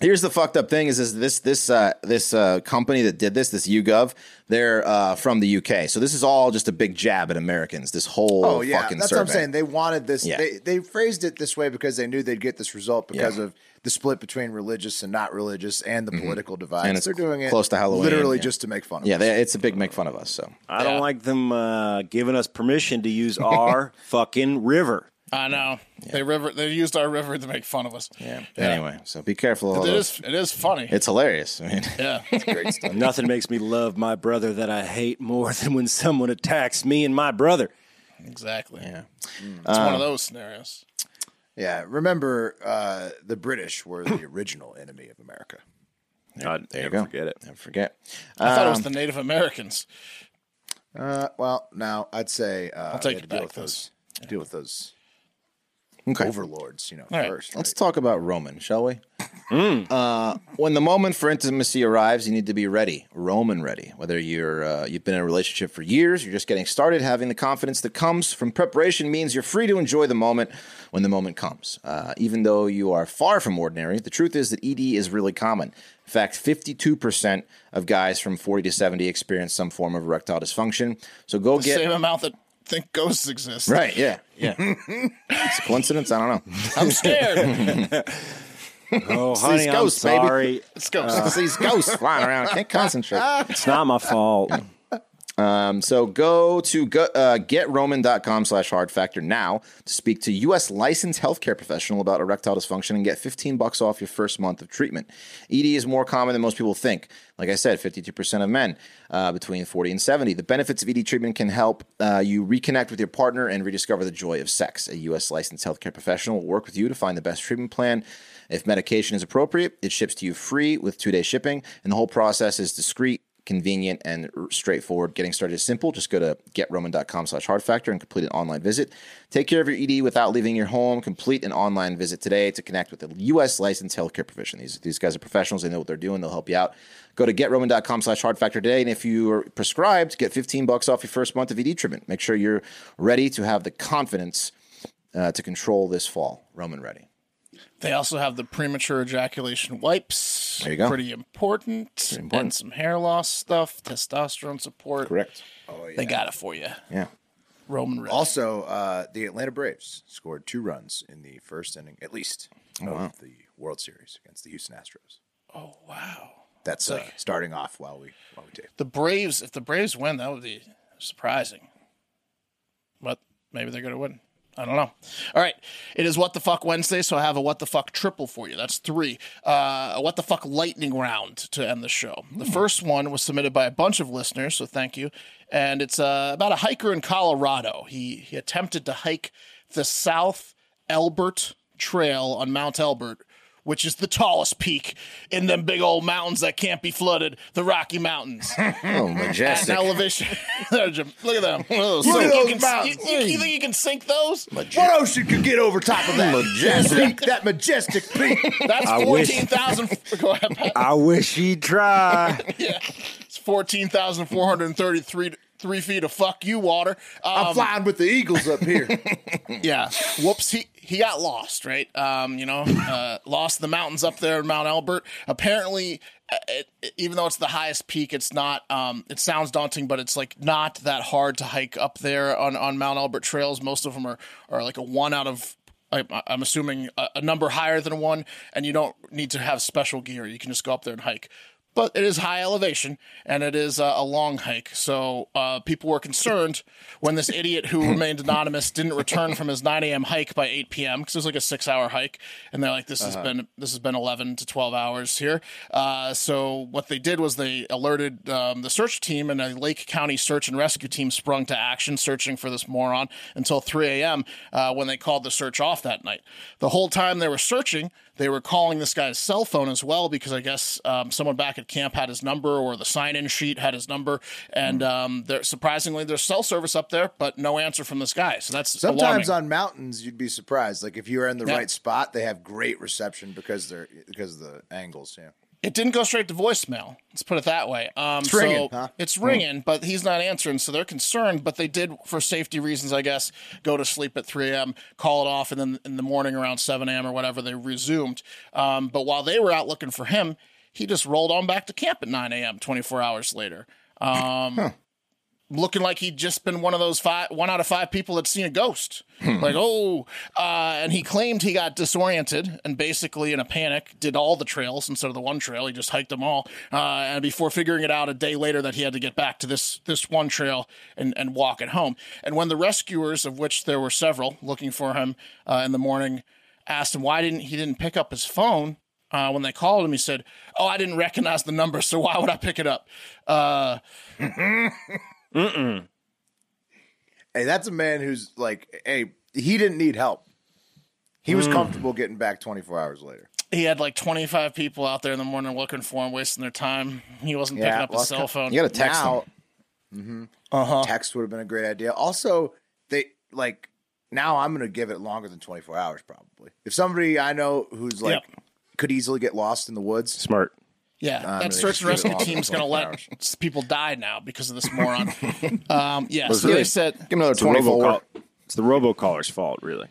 D: here's the fucked up thing is, is this this uh, this uh, company that did this this YouGov they're uh, from the UK so this is all just a big jab at Americans this whole
A: Oh yeah,
D: fucking
A: that's
D: survey.
A: what I'm saying. They wanted this.
D: Yeah.
A: They they phrased it this way because they knew they'd get this result because of the split between religious and not religious and the political divides.
D: Mm-hmm. And it's
A: They're doing it
D: close to Halloween,
A: literally
D: yeah.
A: just to make fun of.
D: Yeah,
A: us.
D: they, it's a big make fun of us. So
C: I don't like them uh, giving us permission to use our fucking river.
B: I know. They river. They used our river to make fun of us.
D: yeah. Anyway, so be careful. of all
B: It
D: those.
B: is. It is funny.
D: It's hilarious. I mean,
B: yeah.
C: Nothing makes me love my brother that I hate more than when someone attacks me and my brother.
B: Exactly. Yeah. It's
D: Um,
B: one of those scenarios.
A: yeah. Remember, uh, the British were the original enemy of America.
C: God,
D: there you
C: never
D: go.
C: Forget it.
D: Never forget.
B: I thought it
D: um,
B: was the Native Americans.
A: Uh, well, now I'd say uh, I'll
B: take you
A: deal
B: back
A: with those. Deal with those
D: Okay,
A: overlords, you know.
B: right,
A: First,
D: let's talk about Roman, shall we? Uh, when the moment for intimacy arrives, you need to be ready, Roman ready. Whether you're uh, you've been in a relationship for years, you're just getting started, having the confidence that comes from preparation means you're free to enjoy the moment when the moment comes. Uh, even though you are far from ordinary, the truth is that ED is really common. In fact, 52% of guys from 40 to 70 experience some form of erectile dysfunction. So go get
B: Same amount that think ghosts exist.
D: Right. Yeah. Yeah. it's a coincidence. I don't know.
B: I'm scared.
C: Oh, honey,
D: these
C: I'm
D: ghosts, baby.
C: sorry.
B: it's ghosts.
D: These ghosts flying around. I can't concentrate.
C: It's not my fault.
D: Um, so go to go, uh, getroman.com slash hard factor now to speak to U.S. licensed healthcare professional about erectile dysfunction and get 15 bucks off your first month of treatment. ED is more common than most people think. Like I said, 52% of men uh, between 40 and 70. The benefits of ED treatment can help uh, you reconnect with your partner and rediscover the joy of sex. A U.S. licensed healthcare professional will work with you to find the best treatment plan. If medication is appropriate, it ships to you free with two day shipping, and the whole process is discreet convenient and r- straightforward. Getting started is simple. Just go to getroman.com slash hard factor and complete an online visit. Take care of your ED without leaving your home. Complete an online visit today to connect with a U.S. licensed healthcare profession. These, these guys are professionals. They know what they're doing. They'll help you out. Go to getroman.com slash hard factor today. And if you are prescribed, get 15 bucks off your first month of ED treatment. Make sure you're ready to have the confidence uh, to control this fall. Roman ready.
B: They also have the premature ejaculation wipes.
D: There you go.
B: Pretty important.
D: important.
B: And some hair loss stuff, testosterone support.
D: Correct.
B: They got it for you.
D: Yeah.
B: Roman Red.
A: Also, uh, the Atlanta Braves scored two runs in the first inning, at least,
D: Oh,
A: of the World Series against the Houston Astros.
B: oh wow.
A: That's uh, starting off while we while we tape.
B: The Braves. If the Braves win, that would be surprising. But maybe they're going to win. I don't know. All right. It is What the Fuck Wednesday, so I have a What the Fuck triple for you. That's three. Uh, a What the Fuck lightning round to end the show. The first one was submitted by a bunch of listeners, so thank you. And it's uh, about a hiker in Colorado. He, he attempted to hike the South Elbert Trail on Mount Elbert, which is the tallest peak in them big old mountains that can't be flooded, the Rocky Mountains
D: Oh,
B: at an
D: majestic.
B: elevation. There's your- Look at them. Look
A: at
B: you,
A: those
B: can,
A: mountains.
B: you- you- you think you can sink those?
A: What ocean could get over top of that?
D: Majestic.
A: peak, that majestic peak.
B: That's
C: wish-
B: fourteen thousand. Go ahead. Pat.
C: I wish he'd try.
B: It's fourteen thousand four hundred thirty-three three feet of fuck you water. Um,
A: I'm flying with the Eagles up here.
B: Oh, yeah. Whoops. He he got lost, right? Um, you know, uh, lost in the mountains up there in Mount Albert. Apparently, uh, it, it- even though it's the highest peak, it's not. Um, it sounds daunting, but it's like not that hard to hike up there on on Mount Albert trails. Most of them are are like a one out of. I, I'm assuming a, a number higher than one, and you don't need to have special gear. You can just go up there and hike. But it is high elevation and it is uh, a long hike. So uh, people were concerned when this idiot who remained anonymous didn't return from his 9 a.m. hike by 8 p.m. because it was like a six hour hike. And they're like, this has been this has been 11 to 12 hours here. Uh, so what they did was they alerted um, the search team and a Lake County search and rescue team sprung to action searching for this moron until 3 a.m. Uh, when they called the search off that night. The whole time they were searching, they were calling this guy's cell phone as well because I guess um, someone back at camp had his number or the sign in sheet had his number. And um, there, surprisingly, there's cell service up there, but no answer from this guy. So that's
A: Sometimes
B: alarming.
A: on mountains, you'd be surprised. Like if you were in the
B: Yeah.
A: right spot, they have great reception because they're because of the angles. Yeah.
B: it didn't go straight to voicemail. Let's put it that way. Um, it's
A: ringing,
B: so
A: huh? Hmm.
B: It's ringing, but he's not answering, so they're concerned. But they did, for safety reasons, I guess, go to sleep at 3 a.m., call it off, and then in the morning around 7 a.m. or whatever, they resumed. Um, but while they were out looking for him, he just rolled on back to camp at 9 a.m. 24 hours later. Um, looking like he'd just been one of those five, one out of five people that seen a ghost. Like, oh, uh, and he claimed he got disoriented and basically in a panic did all the trails instead of the one trail. He just hiked them all, uh, and before figuring it out a day later that he had to get back to this this one trail and and walk it home. And when the rescuers, of which there were several, looking for him uh, in the morning, asked him why didn't he didn't pick up his phone. Uh, when they called him, he said, "Oh, I didn't recognize the number, so why would I pick it up?" Uh,
A: Hey, that's a man who's like, hey, he didn't need help. He was comfortable getting back 24 hours later.
B: he had like 25 people out there in the morning looking for him, wasting their time. He wasn't picking
A: Yeah,
B: up
A: well,
B: his cell phone.
D: You got to text
A: Now-
D: them.
A: Mm-hmm.
D: Uh-huh.
A: Text would have been a great idea. Also, they like now I'm going to give it longer than 24 hours probably. If somebody I know who's like
B: Yep.
A: could easily get lost in the woods,
C: Smart.
B: Yeah, that
A: they
B: search and
A: just give
B: rescue
A: it all
B: team's
A: the
B: going to let
A: 24
B: people die now because of this moron. um, yeah,
D: Was
B: so
D: really-
B: they said,
D: Give him another
C: It's the
D: 24.
C: robocall. It's the robocaller's fault, really.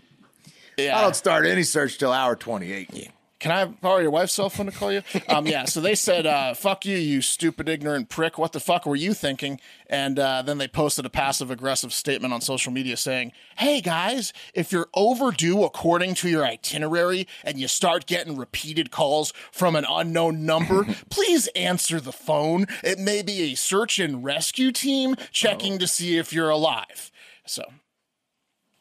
B: yeah.
A: I don't start any search till hour 28.
B: Can I borrow your wife's cell phone to call you? Um, yeah. So they said, uh, "Fuck you, you stupid, ignorant prick. What the fuck were you thinking?" And uh, then they posted a passive aggressive statement on social media saying, "Hey guys, if you're overdue according to your itinerary and you start getting repeated calls from an unknown number, please answer the phone. It may be a search and rescue team checking
A: Oh.
B: to see if you're alive." So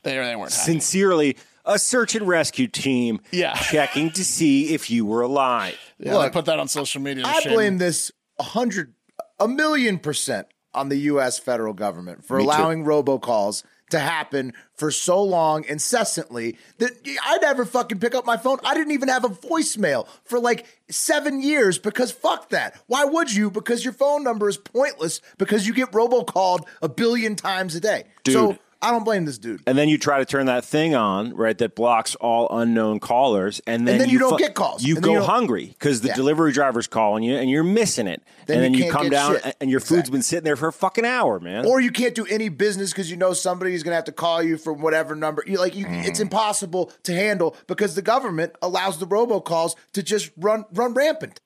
B: they they weren't happy.
C: Sincerely, a search and rescue team
B: Yeah.
C: checking to see if you were alive.
B: Yeah, they
A: Look,
B: put that on social media. to
A: I
B: shame
A: blame this a hundred, a million percent on the U.S. federal government for allowing robocalls to happen for so long, incessantly that I never fucking pick up my phone. I didn't even have a voicemail for like seven years because fuck that. Why would you? Because your phone number is pointless because you get robocalled a billion times a day. So
C: Dude.
A: I don't blame this dude.
C: And then you try to turn that thing on, right? That blocks all unknown callers, and then,
A: then you don't get calls. And
C: You
A: then
C: go
A: you don't-
C: hungry because the
A: Yeah.
C: delivery driver's calling you, and you're missing it.
A: Then
C: and
A: you
C: then you,
A: can't
C: come
A: get
C: down,
A: shit.
C: and- and your food's
A: Exactly.
C: been sitting there for a fucking hour, man.
A: or you can't do any business because you know somebody's going to have to call you from whatever number. You like, you,
B: Mm.
A: it's impossible to handle because the government allows the robocalls to just run run rampant.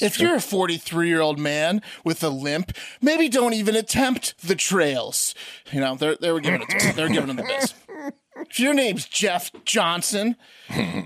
B: If you're a 43 year old man with a limp, maybe don't even attempt the trails. You know, they're, they were giving it, to- they're giving them the best. If your name's Jeff Johnson,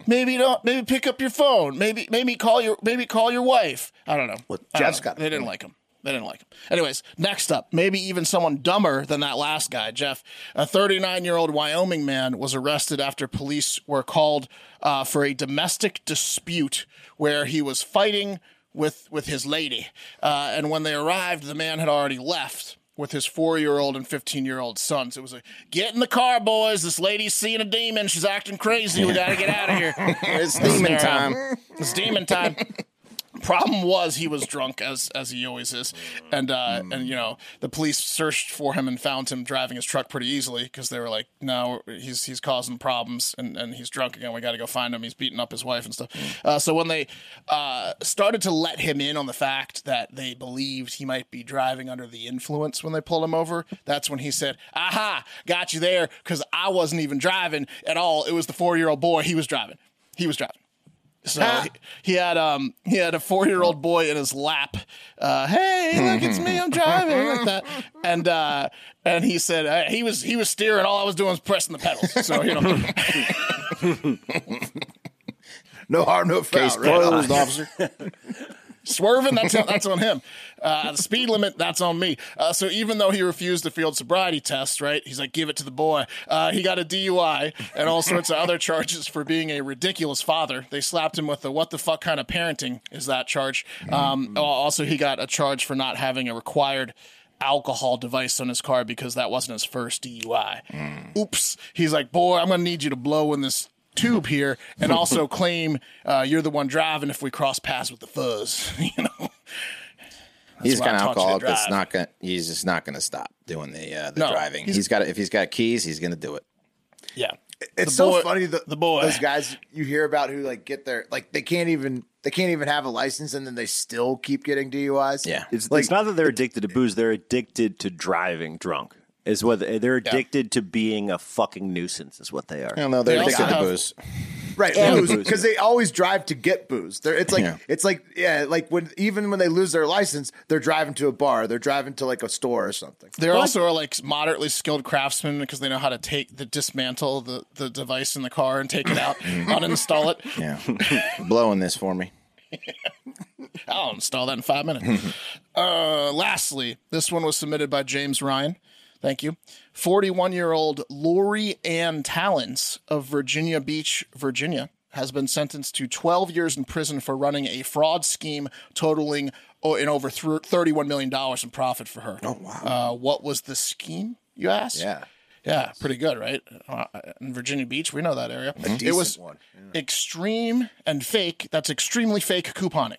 B: maybe don't, maybe pick up your phone. Maybe, maybe call your, maybe call your wife. I don't know. I don't
A: Jeff's
B: know.
A: got
B: They didn't like him. They didn't like him. Anyways, next up, maybe even someone dumber than that last guy, Jeff. A 39 year old Wyoming man was arrested after police were called uh, for a domestic dispute where he was fighting with with his lady. Uh, and when they arrived, the man had already left with his four year old and 15 year old sons. It was like, get in the car, boys. This lady's seeing a demon. She's acting crazy. We got to get out of here.
D: It's demon time.
B: It's demon time. problem was he was drunk as as he always is, and uh, and you know the police searched for him and found him driving his truck pretty easily because they were like, no, he's he's causing problems and and he's drunk again. We got to go find him. He's beating up his wife and stuff. Uh, so when they uh, started to let him in on the fact that they believed he might be driving under the influence when they pulled him over, that's when he said, "Aha, got you there," because I wasn't even driving at all. It was the four year old boy. He was driving. He was driving. So he, he had um he had a four year old boy in his lap. Uh, hey, look, it's me. I'm driving like that. And uh, and he said uh, he was he was steering. All I was doing was pressing the pedals. So you know,
A: No harm, no foul.
D: Case
A: right?
D: closed, officer.
B: swerving that's on, that's on him. Uh, the speed limit that's on me. Uh, so even though he refused the field sobriety test, right? He's like, give it to the boy. Uh, he got a DUI and all sorts of other charges for being a ridiculous father. They slapped him with the what the fuck kind of parenting is that charge? Um, al- Also, he got a charge for not having a required alcohol device on his car because that wasn't his first DUI. Oops. He's like, boy, I'm gonna need you to blow in this. Tube here, and also claim uh, you're the one driving if we cross paths with the fuzz. You know,
D: he's
B: why
D: kind
B: I
D: of
B: taught you to
D: alcoholic. That's
B: drive.
D: not gonna. He's just not gonna stop doing the uh, the
B: No,
D: driving.
B: he's-
D: he's got. If he's got keys, he's gonna do it.
B: yeah. The
A: It's so
B: boy-
A: funny the,
B: the boy.
A: those guys you hear about who like get their like they can't even they can't even have a license and then they still keep getting DUIs.
D: Yeah.
C: It's, it's not that they're addicted to booze; they're addicted to driving drunk. Is what they- they're addicted to being a fucking nuisance. Is what they are.
D: I don't know. They're
B: They
D: addicted
B: also
D: to
B: have-
D: booze.
A: right.
C: And
A: Because
C: booze,
A: they always drive to get booze. They're, it's like
D: Yeah.
A: it's like yeah, like when even when they lose their license, they're driving to a bar, they're driving to like a store or something.
B: They're also are like moderately skilled craftsmen because they know how to take the dismantle the, the device in the car and take it out, uninstall it.
D: Yeah, blowing this for me.
B: I'll install that in five minutes. uh, lastly, this one was submitted by James Ryan. Thank you. 41 year old Lori Ann Talens of Virginia Beach, Virginia, has been sentenced to 12 years in prison for running a fraud scheme totaling oh, in over thr- $31 million in profit for her. Oh, wow. Uh, what was the scheme, you ask?
A: Yeah.
B: Yeah, pretty good, right? Uh, in Virginia Beach, we know that area. it was
A: one,
B: extreme and fake. That's extremely fake couponing.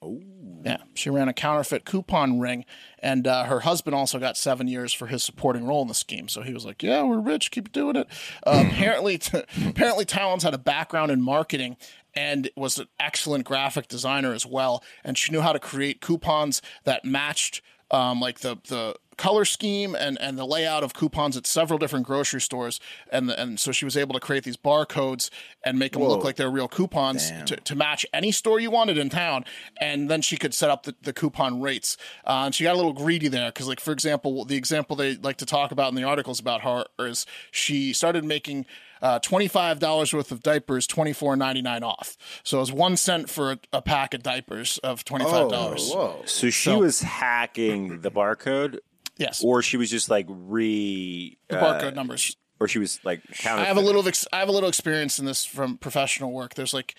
B: Oh. Yeah, she ran a counterfeit coupon ring, and uh, her husband also got seven years for his supporting role in the scheme. So he was like, "Yeah, we're rich, keep doing it." Uh, apparently, apparently, Talons had a background in marketing and was an excellent graphic designer as well, and she knew how to create coupons that matched um, like the the color scheme and and the layout of coupons at several different grocery stores and the, and so she was able to create these barcodes and make them look like they're real coupons to, to match any store you wanted in town and then she could set up the, the coupon rates uh, and she got a little greedy there because like for example the example they like to talk about in the articles about her is she started making uh, $25 worth of diapers $24.99 off so it was one cent for a, a pack of diapers of $25
C: So she was hacking the barcode,
B: yes
C: or she was just like re, uh,
B: the barcode numbers
C: or she was like counting.
B: I have a little of ex- I have a little experience in this from professional work. There's like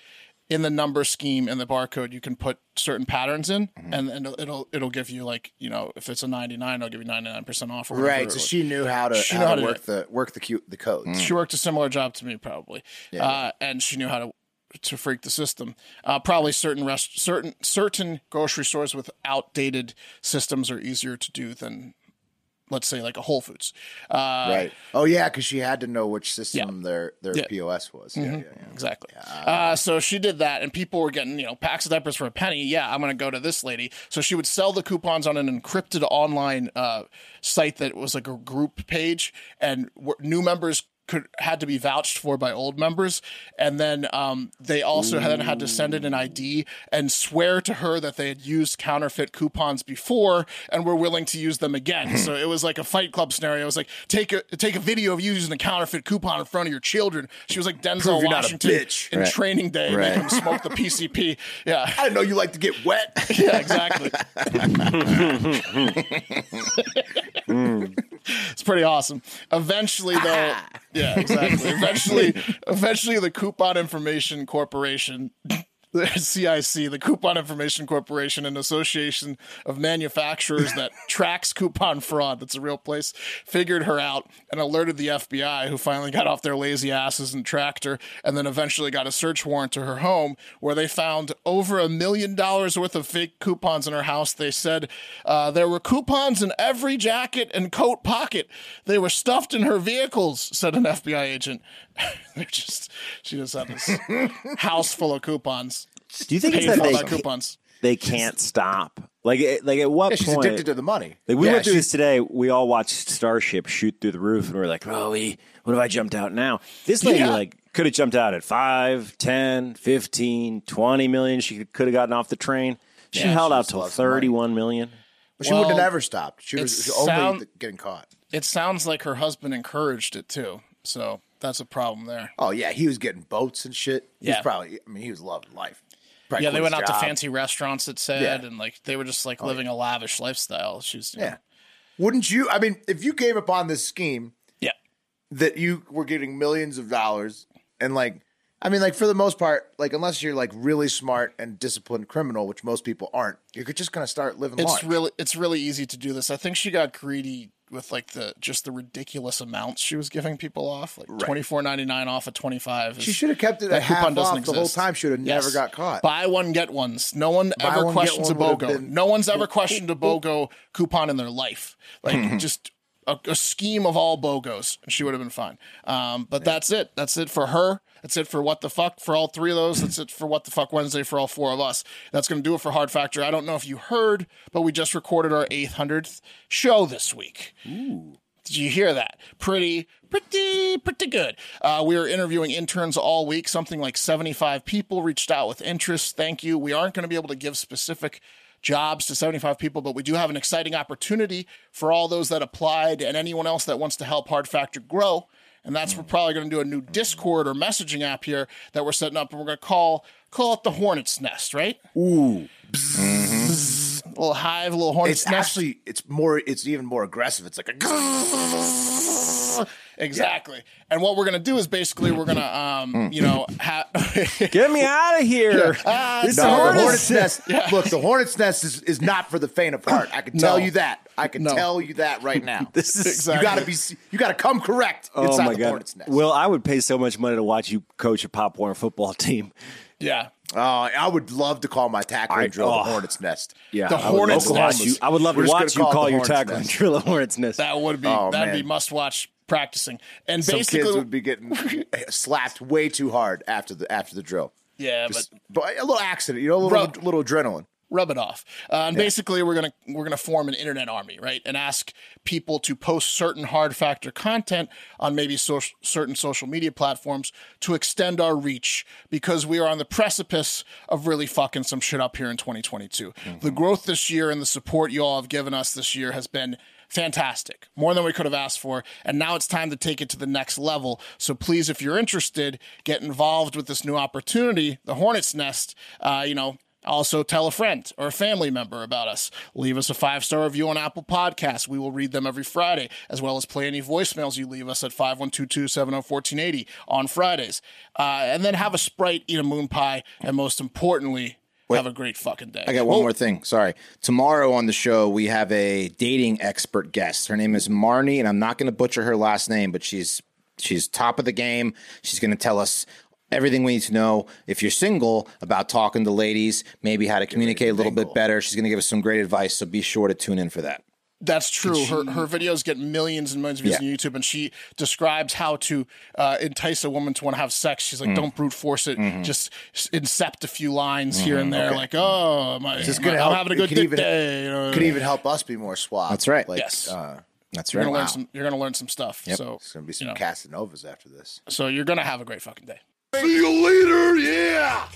B: in the number scheme and the barcode, you can put certain patterns in,
A: Mm-hmm.
B: and, and it'll, it'll it'll give you like you know if it's a 99, it'll give you 99 percent off. Or whatever
A: Right.
B: it
A: So
B: was.
A: she knew how to
B: She
A: how
B: knew how
A: to
B: to
A: work the work the cu- the code.
B: she worked a similar job to me probably, uh, and she knew how to to freak the system. Uh, probably certain rest certain certain grocery stores with outdated systems are easier to do than. Let's say like a Whole Foods, uh,
A: Right. Oh yeah, because she had to know which system their their
B: Yeah. Mm-hmm.
A: POS was. Yeah, yeah, yeah.
B: Exactly. Uh, so she did that, and people were getting, you know, packs of diapers for a penny. Yeah, I'm going to go to this lady. So she would sell the coupons on an encrypted online uh, site that was like a group page, and w- new members could had to be vouched for by old members, and then um, they also then had to send in an ID and swear to her that they had used counterfeit coupons before and were willing to use them again. so it was like a Fight Club scenario. It was like take a take a video of you using a counterfeit coupon in front of your children. She was like Denzel
A: Prove you're not a
B: Washington
A: bitch.
B: in Training Day,
D: Right.
B: make him smoke the PCP. Yeah,
A: I didn't know you like to get wet.
B: yeah, exactly. it's pretty awesome. Eventually, though, yeah, exactly. Eventually, eventually, the Coupon Information Corporation the CIC, the Coupon Information Corporation, an association of manufacturers that tracks coupon fraud, that's a real place, figured her out and alerted the FBI, who finally got off their lazy asses and tracked her, and then eventually got a search warrant to her home, where they found over a million dollars worth of fake coupons in her house. They said uh, there were coupons in every jacket and coat pocket. They were stuffed in her vehicles, said an FBI agent. They're just, she just had this house full of coupons.
C: Do you think it's
B: Paid for
C: that
B: all
C: they,
B: that coupons.
C: they can't stop? Like, it- like at what
A: Yeah, she's
C: point?
A: addicted to the money.
C: Like we
A: Yeah,
C: went through
A: she-
C: this today. We all watched Starship shoot through the roof, and we are like, "Oh, we, what if I jumped out now?" This lady
B: Yeah.
C: like could have jumped out at 5, 10, 15, 20 million. She could have gotten off the train. She held out till
A: the money.
C: thirty-one million.
A: She would have
B: Well,
A: never stopped. She was
B: it's
A: she only
B: sound-
A: th- getting caught.
B: It sounds like her husband encouraged it too. So that's a problem there.
A: Oh yeah, he was getting boats and shit. He was
B: Yeah.
A: probably. I mean, he was loving life. Probably
B: yeah, they
A: quit
B: went
A: his
B: out to
A: job.
B: fancy restaurants, it said,
A: Yeah.
B: and like they were just like living a lavish lifestyle. She's, you know,
A: Yeah. Wouldn't you? I mean, if you gave up on this scheme
B: yeah.
A: that you were getting millions of dollars and like, I mean, like for the most part, like unless you're like really smart and disciplined criminal, which most people aren't, you're just gonna start living
B: It's
A: large.
B: really, it's really easy to do this. I think she got greedy with like the just the ridiculous amounts she was giving people off, like twenty four ninety nine off a twenty five.
A: she should have kept it
B: that
A: at half
B: coupon
A: off
B: doesn't
A: the whole
B: exist.
A: time. She would have
B: Yes.
A: never got caught.
B: Buy one get ones. No one ever
A: one, get
B: questions
A: one
B: a
A: would've
B: BOGO.
A: been-
B: no one's ever questioned a BOGO coupon in their life.
A: Mm-hmm.
B: Like just a, a scheme of all BOGOs, and she would have been fine. Um, but that's it. That's it for her. That's it for what the fuck for all three of those. That's it for what the fuck Wednesday for all four of us. That's going to do it for Hard Factor. I don't know if you heard, but we just recorded our 800th show this week. Did you hear that? Pretty, pretty, pretty good. Uh, we are interviewing interns all week. Something like 75 people reached out with interest. Thank you. We aren't going to be able to give specific jobs to 75 people, but we do have an exciting opportunity for all those that applied and anyone else that wants to help Hard Factor grow. And that's we're probably going to do a new Discord or messaging app here that we're setting up, and we're going to call call it the Hornet's Nest, right? Ooh, a little hive, a little Hornet's
A: it's
B: Nest.
A: actually it's more it's even more aggressive. It's like a
B: Exactly. And what we're gonna do is basically we're gonna
A: Mm.
B: um you know ha-
C: Get me out of here! This
A: No,
C: hornet
A: Ah, the
C: is-
A: hornet's nest. Look, the hornet's nest is, is not for the faint of heart. I can tell you that. I can tell you that right now.
C: This is
A: You gotta be. You gotta come correct
C: Oh
A: inside
C: my
A: the
C: god!
A: hornet's nest.
C: Well, I would pay so much money to watch you coach a Pop Warner football team.
B: yeah
A: Oh, I would love to call my tackle
C: I-
A: and drill
C: oh.
A: the hornet's nest.
C: Yeah,
B: The
C: I would
B: hornet's
C: love to watch
B: nest.
C: you- I would love
A: We're
C: to
A: just gonna call
C: watch you
A: it
C: call
A: the
C: your
A: hornet's
C: tackle and
A: nest.
C: drill a hornet's nest.
B: that would be
A: Oh,
B: that'd be
A: man.
B: must watch practicing and
A: Some
B: basically
A: kids would be getting slapped way too hard after the after the drill.
B: yeah
A: Just-
B: but
A: but a little accident, you know, a little,
B: Bro.
A: little adrenaline.
B: rub it off uh, and basically we're gonna we're gonna form an internet army right and ask people to post certain hard factor content on maybe so- certain social media platforms to extend our reach because we are on the precipice of really fucking some shit up here in 2022 the growth this year and the support you all have given us this year has been fantastic, more than we could have asked for. And now it's time to take it to the next level. So please, if you're interested, get involved with this new opportunity, the Hornet's Nest. Uh, you know, also tell a friend or a family member about us. Leave us a five star review on Apple Podcasts. We will read them every Friday, as well as play any voicemails you leave us at 5122 70 1480 on Fridays. Uh, and then have a Sprite, eat a moon pie, and most importantly, have a great fucking day.
D: I got one more thing. Sorry. Tomorrow on the show, we have a dating expert guest. Her name is Marnie, and I'm not going to butcher her last name, but she's she's top of the game. She's going to tell us everything we need to know if you're single about talking to ladies, maybe how to communicate a little bit better. She's going to give us some great advice, so be sure to tune in for that.
B: That's true. her her videos get millions and millions of views
D: Yeah.
B: on YouTube, and she describes how to uh, entice a woman to want to have sex. She's
A: Mm.
B: like, "Don't brute force it.
A: Mm-hmm.
B: Just s- incept a few lines here and there, like, oh, my, my,
A: gonna
B: I'm
A: help-
B: having a
A: it
B: good
A: could
B: dick
A: even-
B: day." You know,
A: Could even help us be more suave.
D: That's right.
A: Like,
B: yes,
A: uh,
D: That's
B: you're
D: right.
B: gonna
D: Wow.
B: learn some. You're gonna learn some stuff. So,
A: it's gonna be some
B: you know,
A: Casanovas after this.
B: so you're gonna have a great fucking day.
E: See you later, yeah!